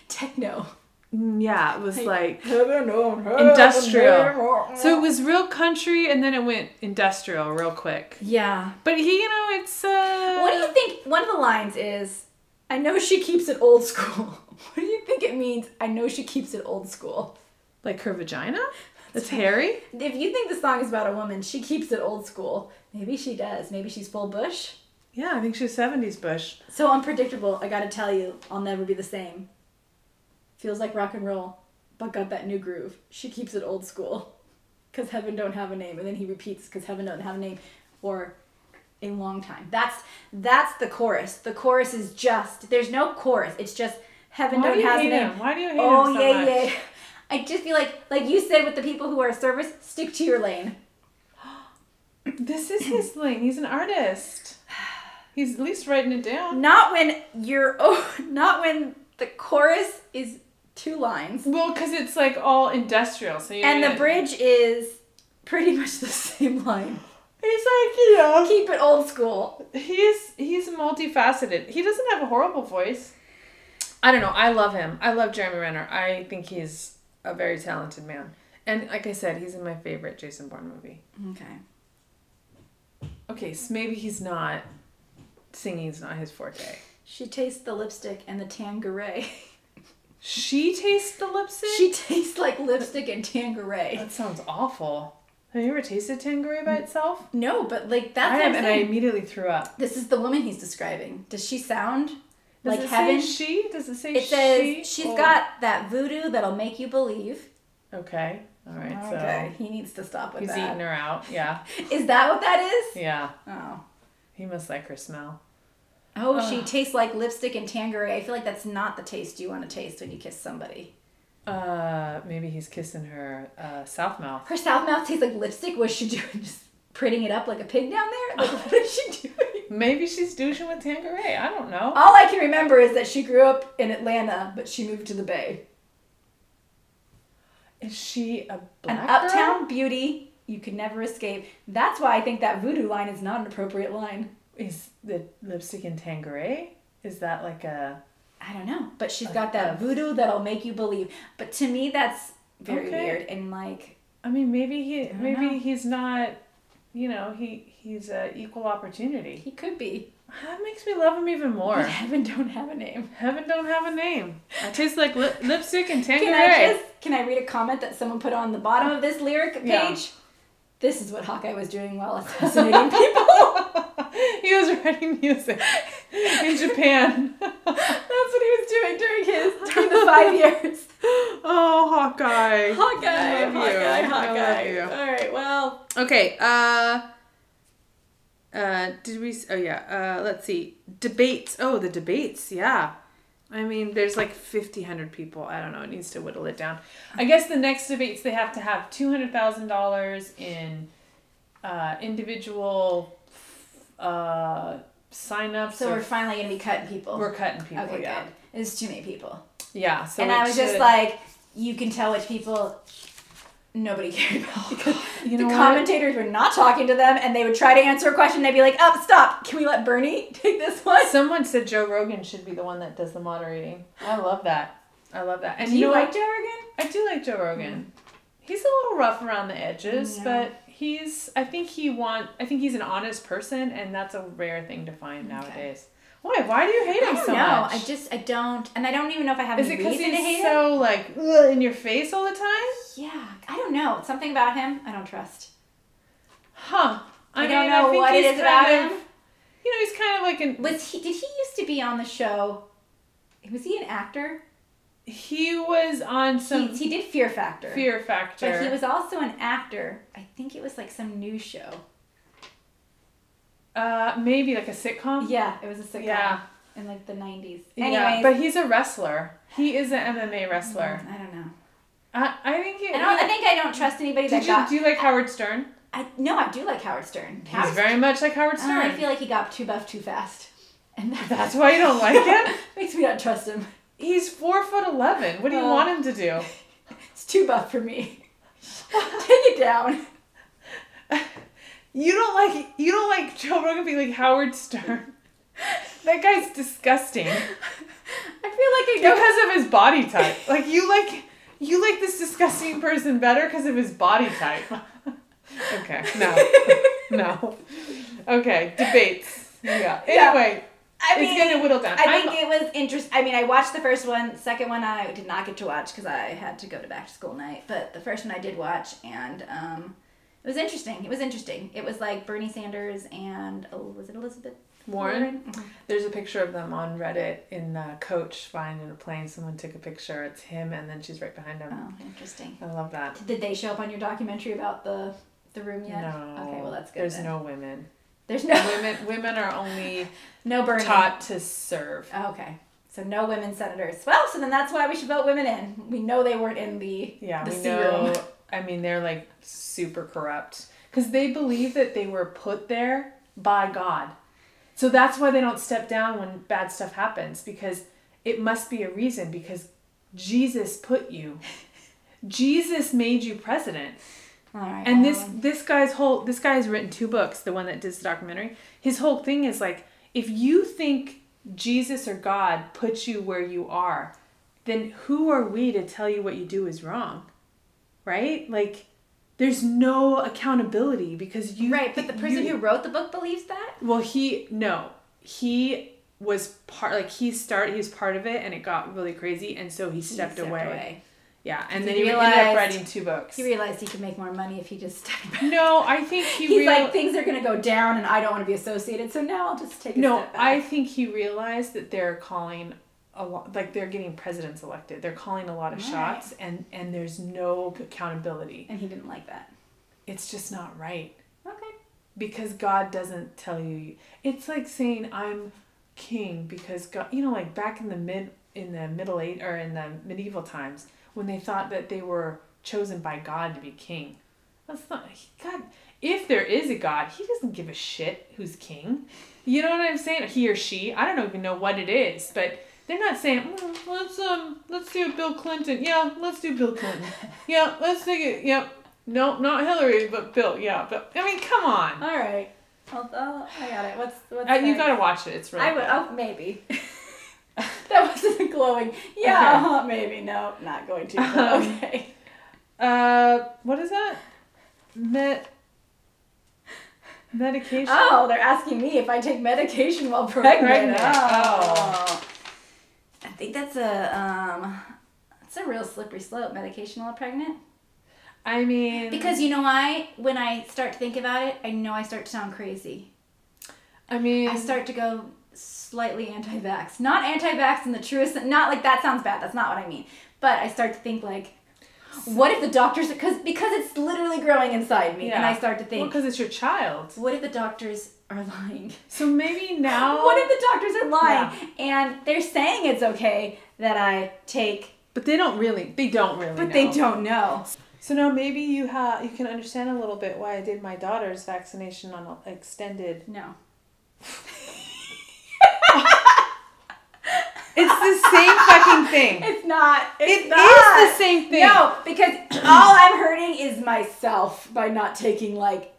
S2: techno
S1: mm, yeah, it was like
S2: (laughs) heaven don't have
S1: industrial. So it was real country, and then it went industrial real quick.
S2: yeah
S1: But he, you know, it's uh.
S2: what do you think one of the lines is i know she keeps it old school (laughs) what do you think it means i know she keeps it old school
S1: Like her vagina? That's hairy?
S2: if you think the song is about a woman she keeps it old school maybe she does maybe she's full bush
S1: Yeah, I think she's 70s Bush.
S2: So unpredictable, I gotta tell you, I'll never be the same. Feels like rock and roll, but got that new groove. She keeps it old school. Cause heaven don't have a name. And then he repeats, cause heaven don't have a name for a long time. That's that's the chorus. The chorus is just there's no chorus. It's just heaven
S1: Why
S2: don't
S1: do you
S2: have a
S1: hate
S2: name.
S1: him? Why do you hate
S2: oh,
S1: him so
S2: yeah,
S1: much?
S2: yeah. I just feel like like you said with the people who are service, stick to your lane.
S1: This is
S2: (clears throat)
S1: his lane. He's an artist. He's at least writing it down.
S2: Not when you're (laughs) oh not when the chorus is two lines.
S1: Well, because it's like all industrial, so you
S2: And the bridge is pretty (laughs) much the same line.
S1: He's like, you know,
S2: Keep it old school.
S1: he's he's multifaceted. He doesn't have a horrible voice. I don't know. I love him. I love Jeremy Renner. I think he's a very talented man. And like I said, he's in my favorite Jason Bourne movie.
S2: Okay.
S1: Okay, so maybe he's not singing's not his forte.
S2: She tastes the lipstick and the tangeray. (laughs)
S1: She tastes the lipstick.
S2: she tastes like lipstick and tangeray.
S1: That sounds awful. Have you ever tasted tangerine by itself?
S2: No, but like
S1: I
S2: that's what I'm
S1: have, and I
S2: saying.
S1: immediately threw up.
S2: This is the woman he's describing. Does she sound
S1: Does
S2: like
S1: it
S2: heaven?
S1: say she? Does it say
S2: it
S1: she?
S2: says she's
S1: or-
S2: got that voodoo that'll make you believe.
S1: Okay. All right.
S2: Okay, he needs to stop
S1: So
S2: with
S1: he's
S2: that.
S1: eating her out. Yeah.
S2: Is that what that is?
S1: Yeah.
S2: Oh.
S1: He must like her smell.
S2: Oh, she tastes like lipstick and tangeray. I feel like that's not the taste you want to taste when you kiss somebody.
S1: Uh, maybe he's kissing her uh, south mouth.
S2: Her south mouth tastes like lipstick. Was she doing (laughs) just pretting it up like a pig down there? Like what is she (laughs) doing?
S1: Maybe she's douching with Tangeray. I don't know.
S2: All I can remember is that she grew up in Atlanta, but she moved to the Bay.
S1: Is she a
S2: An
S1: black
S2: uptown
S1: girl?
S2: beauty you could never escape. That's why I think that voodoo line is not an appropriate line.
S1: Is the lipstick in Tangeray? Is that like a
S2: I don't know, but she's got
S1: uh,
S2: that voodoo that'll make you believe. But to me, that's very
S1: Okay.
S2: weird and like
S1: I mean, maybe he
S2: don't
S1: maybe
S2: know.
S1: he's not. You know, he he's a equal opportunity.
S2: he could be.
S1: That makes me love him even more.
S2: But heaven don't have a name.
S1: Heaven don't have a name. I taste like li- lipstick and
S2: Can I
S1: tangerine.
S2: just can I read a comment that someone put on the bottom of this lyric page?
S1: Yeah.
S2: this is what Hawkeye was doing
S1: (laughs)
S2: while assassinating people.
S1: he was writing music in
S2: (laughs)
S1: Japan.
S2: That's what he was doing during his during the five years.
S1: Oh, Hawkeye. (laughs)
S2: Hawkeye,
S1: I love you.
S2: Hawkeye,
S1: I
S2: Hawkeye.
S1: love
S2: All right, well,
S1: you. Okay. Uh, uh, did we? s- Oh yeah. Uh, let's see. Debates. Oh, the debates. Yeah. I mean, there's like 50, 100 people. I don't know. It needs to whittle it down. I guess the next debates they have to have two hundred thousand dollars in uh, individual uh, sign-ups.
S2: so
S1: or
S2: we're finally gonna be cutting people.
S1: We're cutting people.
S2: okay,
S1: yeah.
S2: good. There's too many people,
S1: Yeah. So
S2: and
S1: it
S2: I was just
S1: should-
S2: like, you can tell which people nobody (laughs) cared about because
S1: You know
S2: the
S1: what?
S2: commentators were not talking to them, and they would try to answer a question. They'd be like, "Up, stop! Can we let Bernie (laughs) take this one?"
S1: Someone said Joe Rogan should be the one that does the moderating. I love that. I love that. And
S2: Do you,
S1: know
S2: like
S1: what?
S2: Joe Rogan? Mm-hmm.
S1: I do like Joe Rogan. He's a little rough around the edges,
S2: Yeah.
S1: but he's I think he want I think he's an honest person and that's a rare thing to find nowadays. Why? Why do you hate him
S2: I don't
S1: so
S2: know.
S1: much?
S2: I just I don't, and I don't even know if I have
S1: Is it
S2: any
S1: because
S2: reason to
S1: he's
S2: hate him.
S1: so like ugh, in your face all the time?
S2: Yeah, I don't know. Something about him I don't trust.
S1: Huh.
S2: I don't know what it
S1: he's
S2: is about
S1: kind
S2: him.
S1: of- You know, he's kind of like an
S2: Was he? Did he used to be on the show? Was he an actor?
S1: he was on some
S2: he, he did Fear Factor.
S1: Fear Factor.
S2: But he was also an actor. I think it was like some news show.
S1: uh maybe like a sitcom.
S2: Yeah, it was a sitcom.
S1: Yeah.
S2: In like the nineties.
S1: Yeah,
S2: Anyways.
S1: but he's a wrestler. He is an MMA wrestler.
S2: I don't know.
S1: I, I think. He,
S2: I, don't, I think I don't trust anybody
S1: did
S2: that
S1: you
S2: got.
S1: do you like Howard Stern?
S2: I no, I do like Howard Stern.
S1: He's
S2: Howard
S1: very much like Howard
S2: I don't know,
S1: Stern.
S2: I feel like he got too buff too fast, and that,
S1: That's why you don't
S2: (laughs)
S1: like him.
S2: makes me not trust him.
S1: He's four foot eleven. What do you
S2: Well.
S1: want him to do?
S2: It's too buff for me. (laughs) Take it down.
S1: (laughs)
S2: (laughs)
S1: You don't like you don't like Joe Rogan being like Howard Stern. That guy's disgusting
S2: I feel like I know.
S1: because of his body type. Like you like you like this disgusting person better because of his body type. (laughs) Okay, (laughs) no, no. Okay, debates. Yeah.
S2: Yeah.
S1: Anyway.
S2: I mean,
S1: it's gonna whittle down.
S2: I
S1: I
S2: think it was interesting. I mean, I watched the first one. Second one, I did not get to watch because I had to go to back to school night. But the first one I did watch, and um, it was interesting. It was interesting. It was like Bernie Sanders and oh, was it Elizabeth Mm-hmm.
S1: Warren. There's a picture of them on Reddit in a coach flying in a plane. Someone took a picture. It's him, and then she's right behind him.
S2: Oh, interesting.
S1: I love that.
S2: Did they show up on your documentary about the the room yet?
S1: No.
S2: Okay, well that's good.
S1: There's
S2: then.
S1: no
S2: (laughs)
S1: women.
S2: There's no
S1: Women women are only
S2: (laughs) no Bernie.
S1: taught to serve.
S2: Oh, okay. So no women senators. Well, so then that's why we should vote women in. We know they weren't in the
S1: Yeah,
S2: the
S1: we
S2: C
S1: know.
S2: room.
S1: I mean, they're like super corrupt because they believe that they were put there by God. So that's why they don't step down when bad stuff happens because it must be a reason because Jesus put
S2: (laughs)
S1: you. Jesus made you president.
S2: All right.
S1: And
S2: well,
S1: this this guy's whole this guy's written two books. The one that did the documentary, his whole thing is like, if you think Jesus or God put you where you are, then who are we to tell you what you do is wrong, right? Like, there's no accountability because you
S2: right, but the person who wrote the book believes that.
S1: who well he no he was part like he started he was part of it and it got really crazy and so he stepped, away. yeah and
S2: He
S1: then he ended up
S2: realized-
S1: writing two books.
S2: He realized he could make more money if he just stepped back. (laughs)
S1: no, I think he
S2: He's
S1: realized.
S2: like, things are gonna go down, and I don't want to be associated. So now I'll just take a
S1: No,
S2: step back.
S1: I think he realized that they're calling a lot, like they're getting presidents elected. They're calling a lot of
S2: Right.
S1: shots, and and there's no accountability.
S2: and he didn't like that.
S1: It's just not right
S2: Okay.
S1: because God doesn't tell you. It's like saying I'm king because God, you know, like back in the mid in the middle eight or in the medieval times when they thought that they were chosen by God to be king. That's not he- God. If there is a God, he doesn't give a shit who's king. You know what I'm saying? He or she. I don't even know what it is, but they're not saying "Mm, let's um let's do Bill Clinton. Yeah, let's do Bill Clinton. Yeah, let's take it. Yep. No, not Hillary, but Bill. Yeah, but I mean, come on.
S2: All right. I'll, I'll, I got it. What's what's
S1: Uh, you
S2: next?
S1: gotta watch it. It's really.
S2: I would.
S1: good.
S2: Oh, maybe. (laughs) that wasn't glowing. Yeah.
S1: Okay.
S2: uh-huh, maybe. No, not going to.
S1: (laughs)
S2: but
S1: Um,
S2: okay.
S1: Uh, what is that? Med. Medication.
S2: Oh, they're asking me if I take medication while pregnant.
S1: Pregnant.
S2: Oh. I think that's a um, that's a real slippery slope. Medication while pregnant.
S1: I mean,
S2: Because you know why? When I start to think about it, I know I start to sound crazy.
S1: I mean,
S2: I start to go slightly anti-vax. Not anti-vax in the truest not like that sounds bad. That's not what I mean. But I start to think like what if the doctors because because it's literally growing inside me and I start to think
S1: because it's your child.
S2: what if the doctors are (laughs) lying?
S1: So maybe now.
S2: What if the doctors are lying and they're saying it's okay that I take
S1: but they don't really. They don't really.
S2: but
S1: know.
S2: they don't know.
S1: So now maybe you have you can understand a little bit why I did my daughter's vaccination on a- extended.
S2: No.
S1: It's the same fucking thing.
S2: (laughs) It's not. It's
S1: It is
S2: not.
S1: the same thing.
S2: No,
S1: (clears throat)
S2: because all I'm hurting is myself by not taking like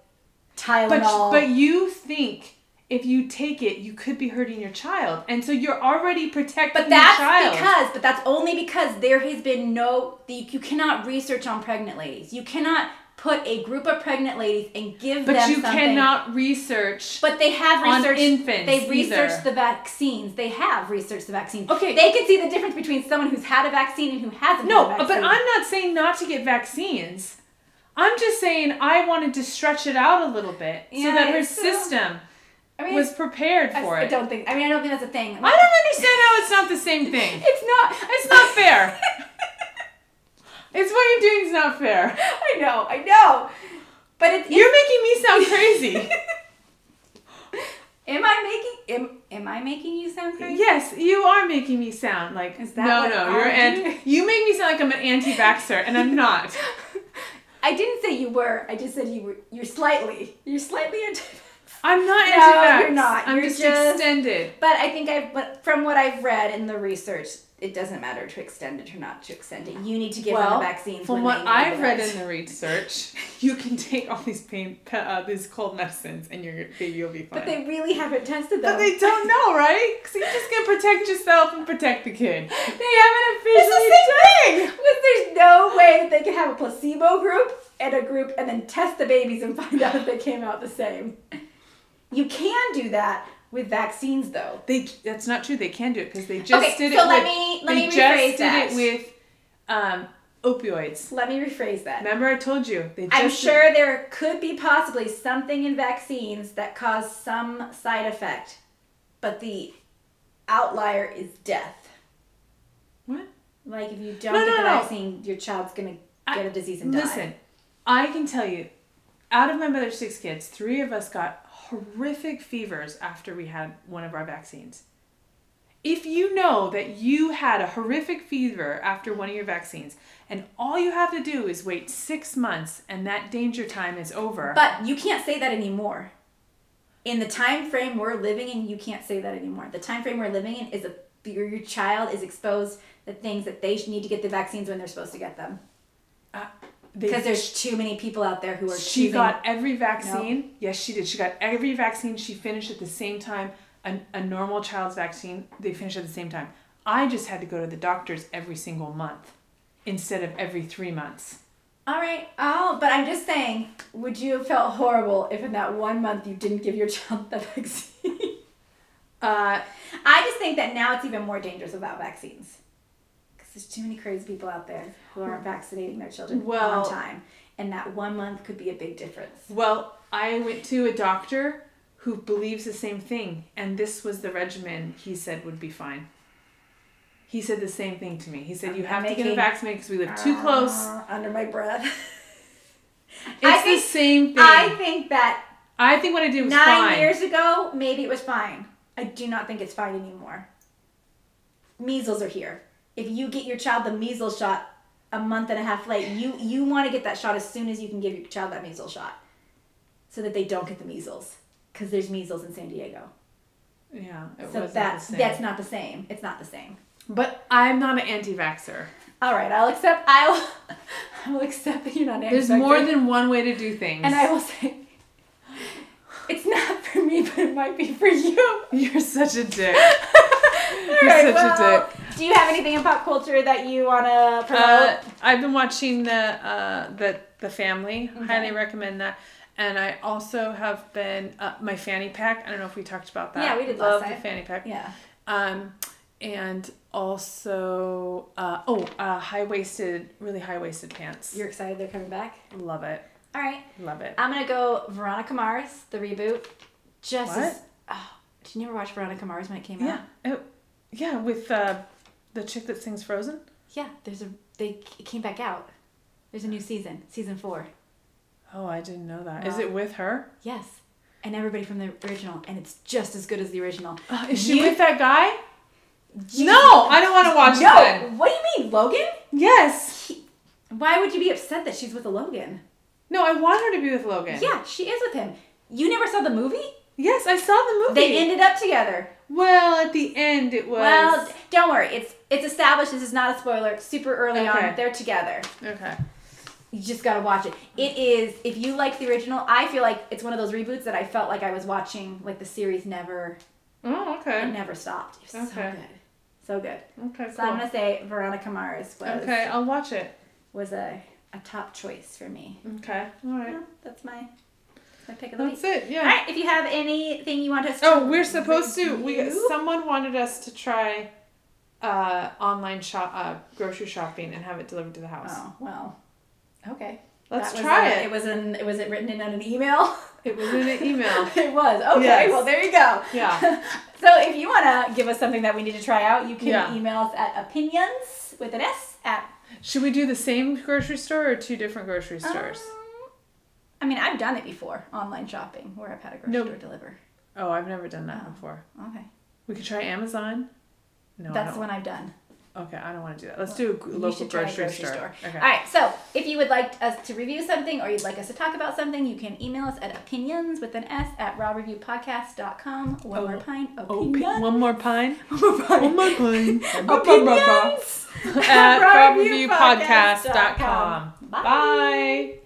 S1: But
S2: Tylenol.
S1: but you think if you take it, you could be hurting your child, and so you're already protecting
S2: But
S1: your child.
S2: that's because, but that's only because there has been no, you, you cannot research on pregnant ladies. You cannot put a group of pregnant ladies and give
S1: but
S2: them
S1: you
S2: something.
S1: cannot research.
S2: But they have
S1: on
S2: researched
S1: infants
S2: They've researched
S1: either.
S2: the vaccines. They have researched the vaccines.
S1: Okay.
S2: They can see the difference between someone who's had a vaccine and who hasn't.
S1: no,
S2: had a
S1: but I'm
S2: vaccine.
S1: not saying not to get vaccines. I'm just saying I wanted to stretch it out a little bit so
S2: Yeah,
S1: that her
S2: it's so-
S1: system
S2: I mean,
S1: was prepared
S2: I,
S1: for
S2: I
S1: it.
S2: don't think. I mean, I don't think that's a
S1: I
S2: thing.
S1: don't understand how it's not the same
S2: (laughs)
S1: thing.
S2: It's not.
S1: It's
S2: (laughs)
S1: not fair. It's what you're doing is not fair.
S2: I know. I know. But it's.
S1: You're making me sound crazy.
S2: (laughs) Am I making? Am, am I making you sound crazy?
S1: Yes, you are making me sound like
S2: Is that
S1: no,
S2: what
S1: no.
S2: I
S1: You're
S2: do?
S1: and you make me sound like I'm an anti-vaxxer, and I'm
S2: (laughs)
S1: not.
S2: (laughs) I didn't say you were. I just said you were. You're slightly. You're slightly (laughs) anti.
S1: I'm not
S2: No,
S1: anti-vax.
S2: you're not.
S1: I'm
S2: You're
S1: just,
S2: just-
S1: extended.
S2: But I think I've. But from what I've read in the research, it doesn't matter to extend it or not to extend it. You need to give them the vaccines.
S1: from
S2: when
S1: what
S2: they need
S1: I've
S2: the
S1: read in
S2: vaccine.
S1: the research, (laughs) you can take all these pain, pe- uh, these cold medicines, and your baby will be fine.
S2: But they really haven't tested them.
S1: But they don't know, right? Because you're just gonna protect yourself and protect the kid.
S2: They haven't
S1: It's the
S2: officially.
S1: same thing.
S2: But there's no way that they can have a placebo group and a group and then test the babies and find out if they came out the same. You can do that with vaccines, though.
S1: They that's not true. They can do it because they just
S2: Okay,
S1: did it
S2: so
S1: with.
S2: let me- let
S1: they
S2: me
S1: just
S2: rephrase
S1: did
S2: that.
S1: it with um, opioids.
S2: Let me rephrase that.
S1: Remember, I told you they. Just
S2: I'm
S1: did-
S2: sure there could be possibly something in vaccines that cause some side effect, but the outlier is death.
S1: What?
S2: Like if you don't
S1: No,
S2: get
S1: no,
S2: the
S1: no.
S2: vaccine, your child's gonna
S1: I-
S2: get a disease and die.
S1: Listen, I can tell you, out of my mother's six kids, three of us got horrific fevers after we had one of our vaccines. If you know that you had a horrific fever after one of your vaccines, and all you have to do is wait six months and that danger time is over.
S2: But you can't say that anymore. In the time frame we're living in, you can't say that anymore. The time frame we're living in is a your, your child is exposed to things that they sh- need to get the vaccines when they're supposed to get them.
S1: Uh,
S2: Because
S1: they,
S2: there's too many people out there who are
S1: she
S2: choosing-
S1: got every vaccine. Yes, she did. She got every vaccine. She finished at the same time. A, a normal child's vaccine, they finish at the same time. I just had to go to the doctors every single month instead of every three months.
S2: All right. Oh, but I'm just saying, would you have felt horrible if in that one month you didn't give your (laughs) child the vaccine?
S1: Uh,
S2: I just think that now it's even more dangerous without vaccines. Because there's too many crazy people out there who aren't vaccinating their children
S1: Well-
S2: on time. And that one month could be a big difference.
S1: well, I went to a doctor who believes the same thing, and this was the regimen he said would be fine. He said the same thing to me. He said, You
S2: I'm
S1: have to get a
S2: making-
S1: vaccine because we live too close.
S2: Uh, Under my
S1: (laughs)
S2: breath. I
S1: It's the
S2: think-
S1: same thing.
S2: I
S1: I,
S2: think that
S1: think what I did was
S2: nine
S1: fine.
S2: years ago, maybe it was fine. I do not think it's fine anymore. Measles are here. If you get your child the measles shot a month and a half late, you you want to get that shot as soon as you can give your child that measles shot, so that they don't get the measles. Because there's measles in San Diego,
S1: Yeah, it
S2: so
S1: wasn't
S2: that's
S1: the same.
S2: that's not the same. It's not the same.
S1: But I'm not an anti-vaxxer.
S2: All right, I'll accept. I'll (laughs) I will accept that you're not.
S1: There's
S2: anti-vaxxer.
S1: more than one way to do things.
S2: And I will say, (laughs) it's not for me, but it might be for you.
S1: (laughs) You're such a dick.
S2: (laughs) All
S1: You're
S2: right,
S1: such a
S2: well, uh, Do you have anything in pop culture that you want to promote?
S1: Uh, I've been watching the uh, the the family.
S2: Mm-hmm.
S1: Highly recommend that. And I also have been uh, my fanny pack. I don't know if we talked about that.
S2: Yeah, we did last
S1: Love the
S2: time.
S1: fanny pack.
S2: yeah.
S1: Um, and also uh, oh uh, high waisted, really high waisted pants.
S2: You're Uh, excited they're coming back?
S1: love it,
S2: All right.
S1: love it.
S2: I'm gonna go Veronica Mars, the reboot. Just
S1: What?
S2: as oh, did you ever watch Veronica Mars when it came out?
S1: yeah, oh, yeah, with uh, the chick that sings Frozen.
S2: Yeah. There's a they it came back out. There's a new season, season four.
S1: Oh, I didn't know that. Is
S2: Wow.
S1: it with
S2: (laughs)
S1: her?
S2: Yes. And everybody from the original, and it's just as good as the original.
S1: Uh, is she
S2: You-
S1: with that guy?
S2: You-
S1: No, I don't want to watch
S2: no.
S1: that.
S2: What do you mean, Logan?
S1: Yes.
S2: Why would you be upset that she's with a Logan?
S1: No, I want her to be with Logan.
S2: Yeah, she is with him. You never saw the movie?
S1: Yes, I saw the movie.
S2: They ended up together.
S1: well, at the end it was.
S2: Well, d- don't worry. It's it's established. This is not a spoiler. Super early
S1: Okay.
S2: on, they're together.
S1: okay.
S2: You just gotta watch it. It is if you like the original. I feel like it's one of those reboots that I felt like I was watching like the series never
S1: Oh,
S2: it
S1: okay.
S2: never stopped. It was so
S1: Okay.
S2: good, so good.
S1: Okay,
S2: So I'm
S1: cool.
S2: gonna say Veronica Mars was
S1: Okay, I'll watch it.
S2: was a, a top choice for me.
S1: Okay, all right.
S2: Mm-hmm. Yeah, that's my that's my pick of the week.
S1: That's it.
S2: All
S1: Yeah.
S2: right, if you have anything you want us to
S1: Oh, we're supposed to. We
S2: review-
S1: someone wanted us to try uh online shop uh grocery shopping and have it delivered to the house.
S2: Oh well, okay.
S1: Let's
S2: That was
S1: try
S2: a-
S1: it.
S2: It was an it was it written in on an email.
S1: (laughs) It was in
S2: (laughs)
S1: an email.
S2: it was okay.
S1: Yes.
S2: Well, there you go.
S1: Yeah.
S2: (laughs) so if you want to give us something that we need to try out, you can
S1: Yeah.
S2: email us at opinions with an S at
S1: Should we do the same grocery store or two different grocery stores?
S2: Um, I mean, I've done it before, online shopping, where I've had a grocery
S1: No.
S2: store deliver.
S1: oh, I've never done that
S2: Oh.
S1: before.
S2: Okay,
S1: We could try Amazon. No, I
S2: that's
S1: don't-
S2: the one I've done.
S1: Okay, I don't want to do that. Let's do a
S2: You
S1: local
S2: should try a
S1: grocery,
S2: grocery
S1: store.
S2: store.
S1: Okay.
S2: All right, so if you would like us to review something or you'd like us to talk about something, you can email us at opinions with an S at rawreviewpodcast.com. One
S1: Oh.
S2: more pint.
S1: Oh,
S2: Opinion.
S1: pi- one Oh more pine.
S2: (laughs) One
S1: more (laughs) pine.
S2: Opinions
S1: At (laughs)
S2: Raw Review Podcast
S1: properviewpodcast.com.
S2: dot com. Bye.
S1: Bye.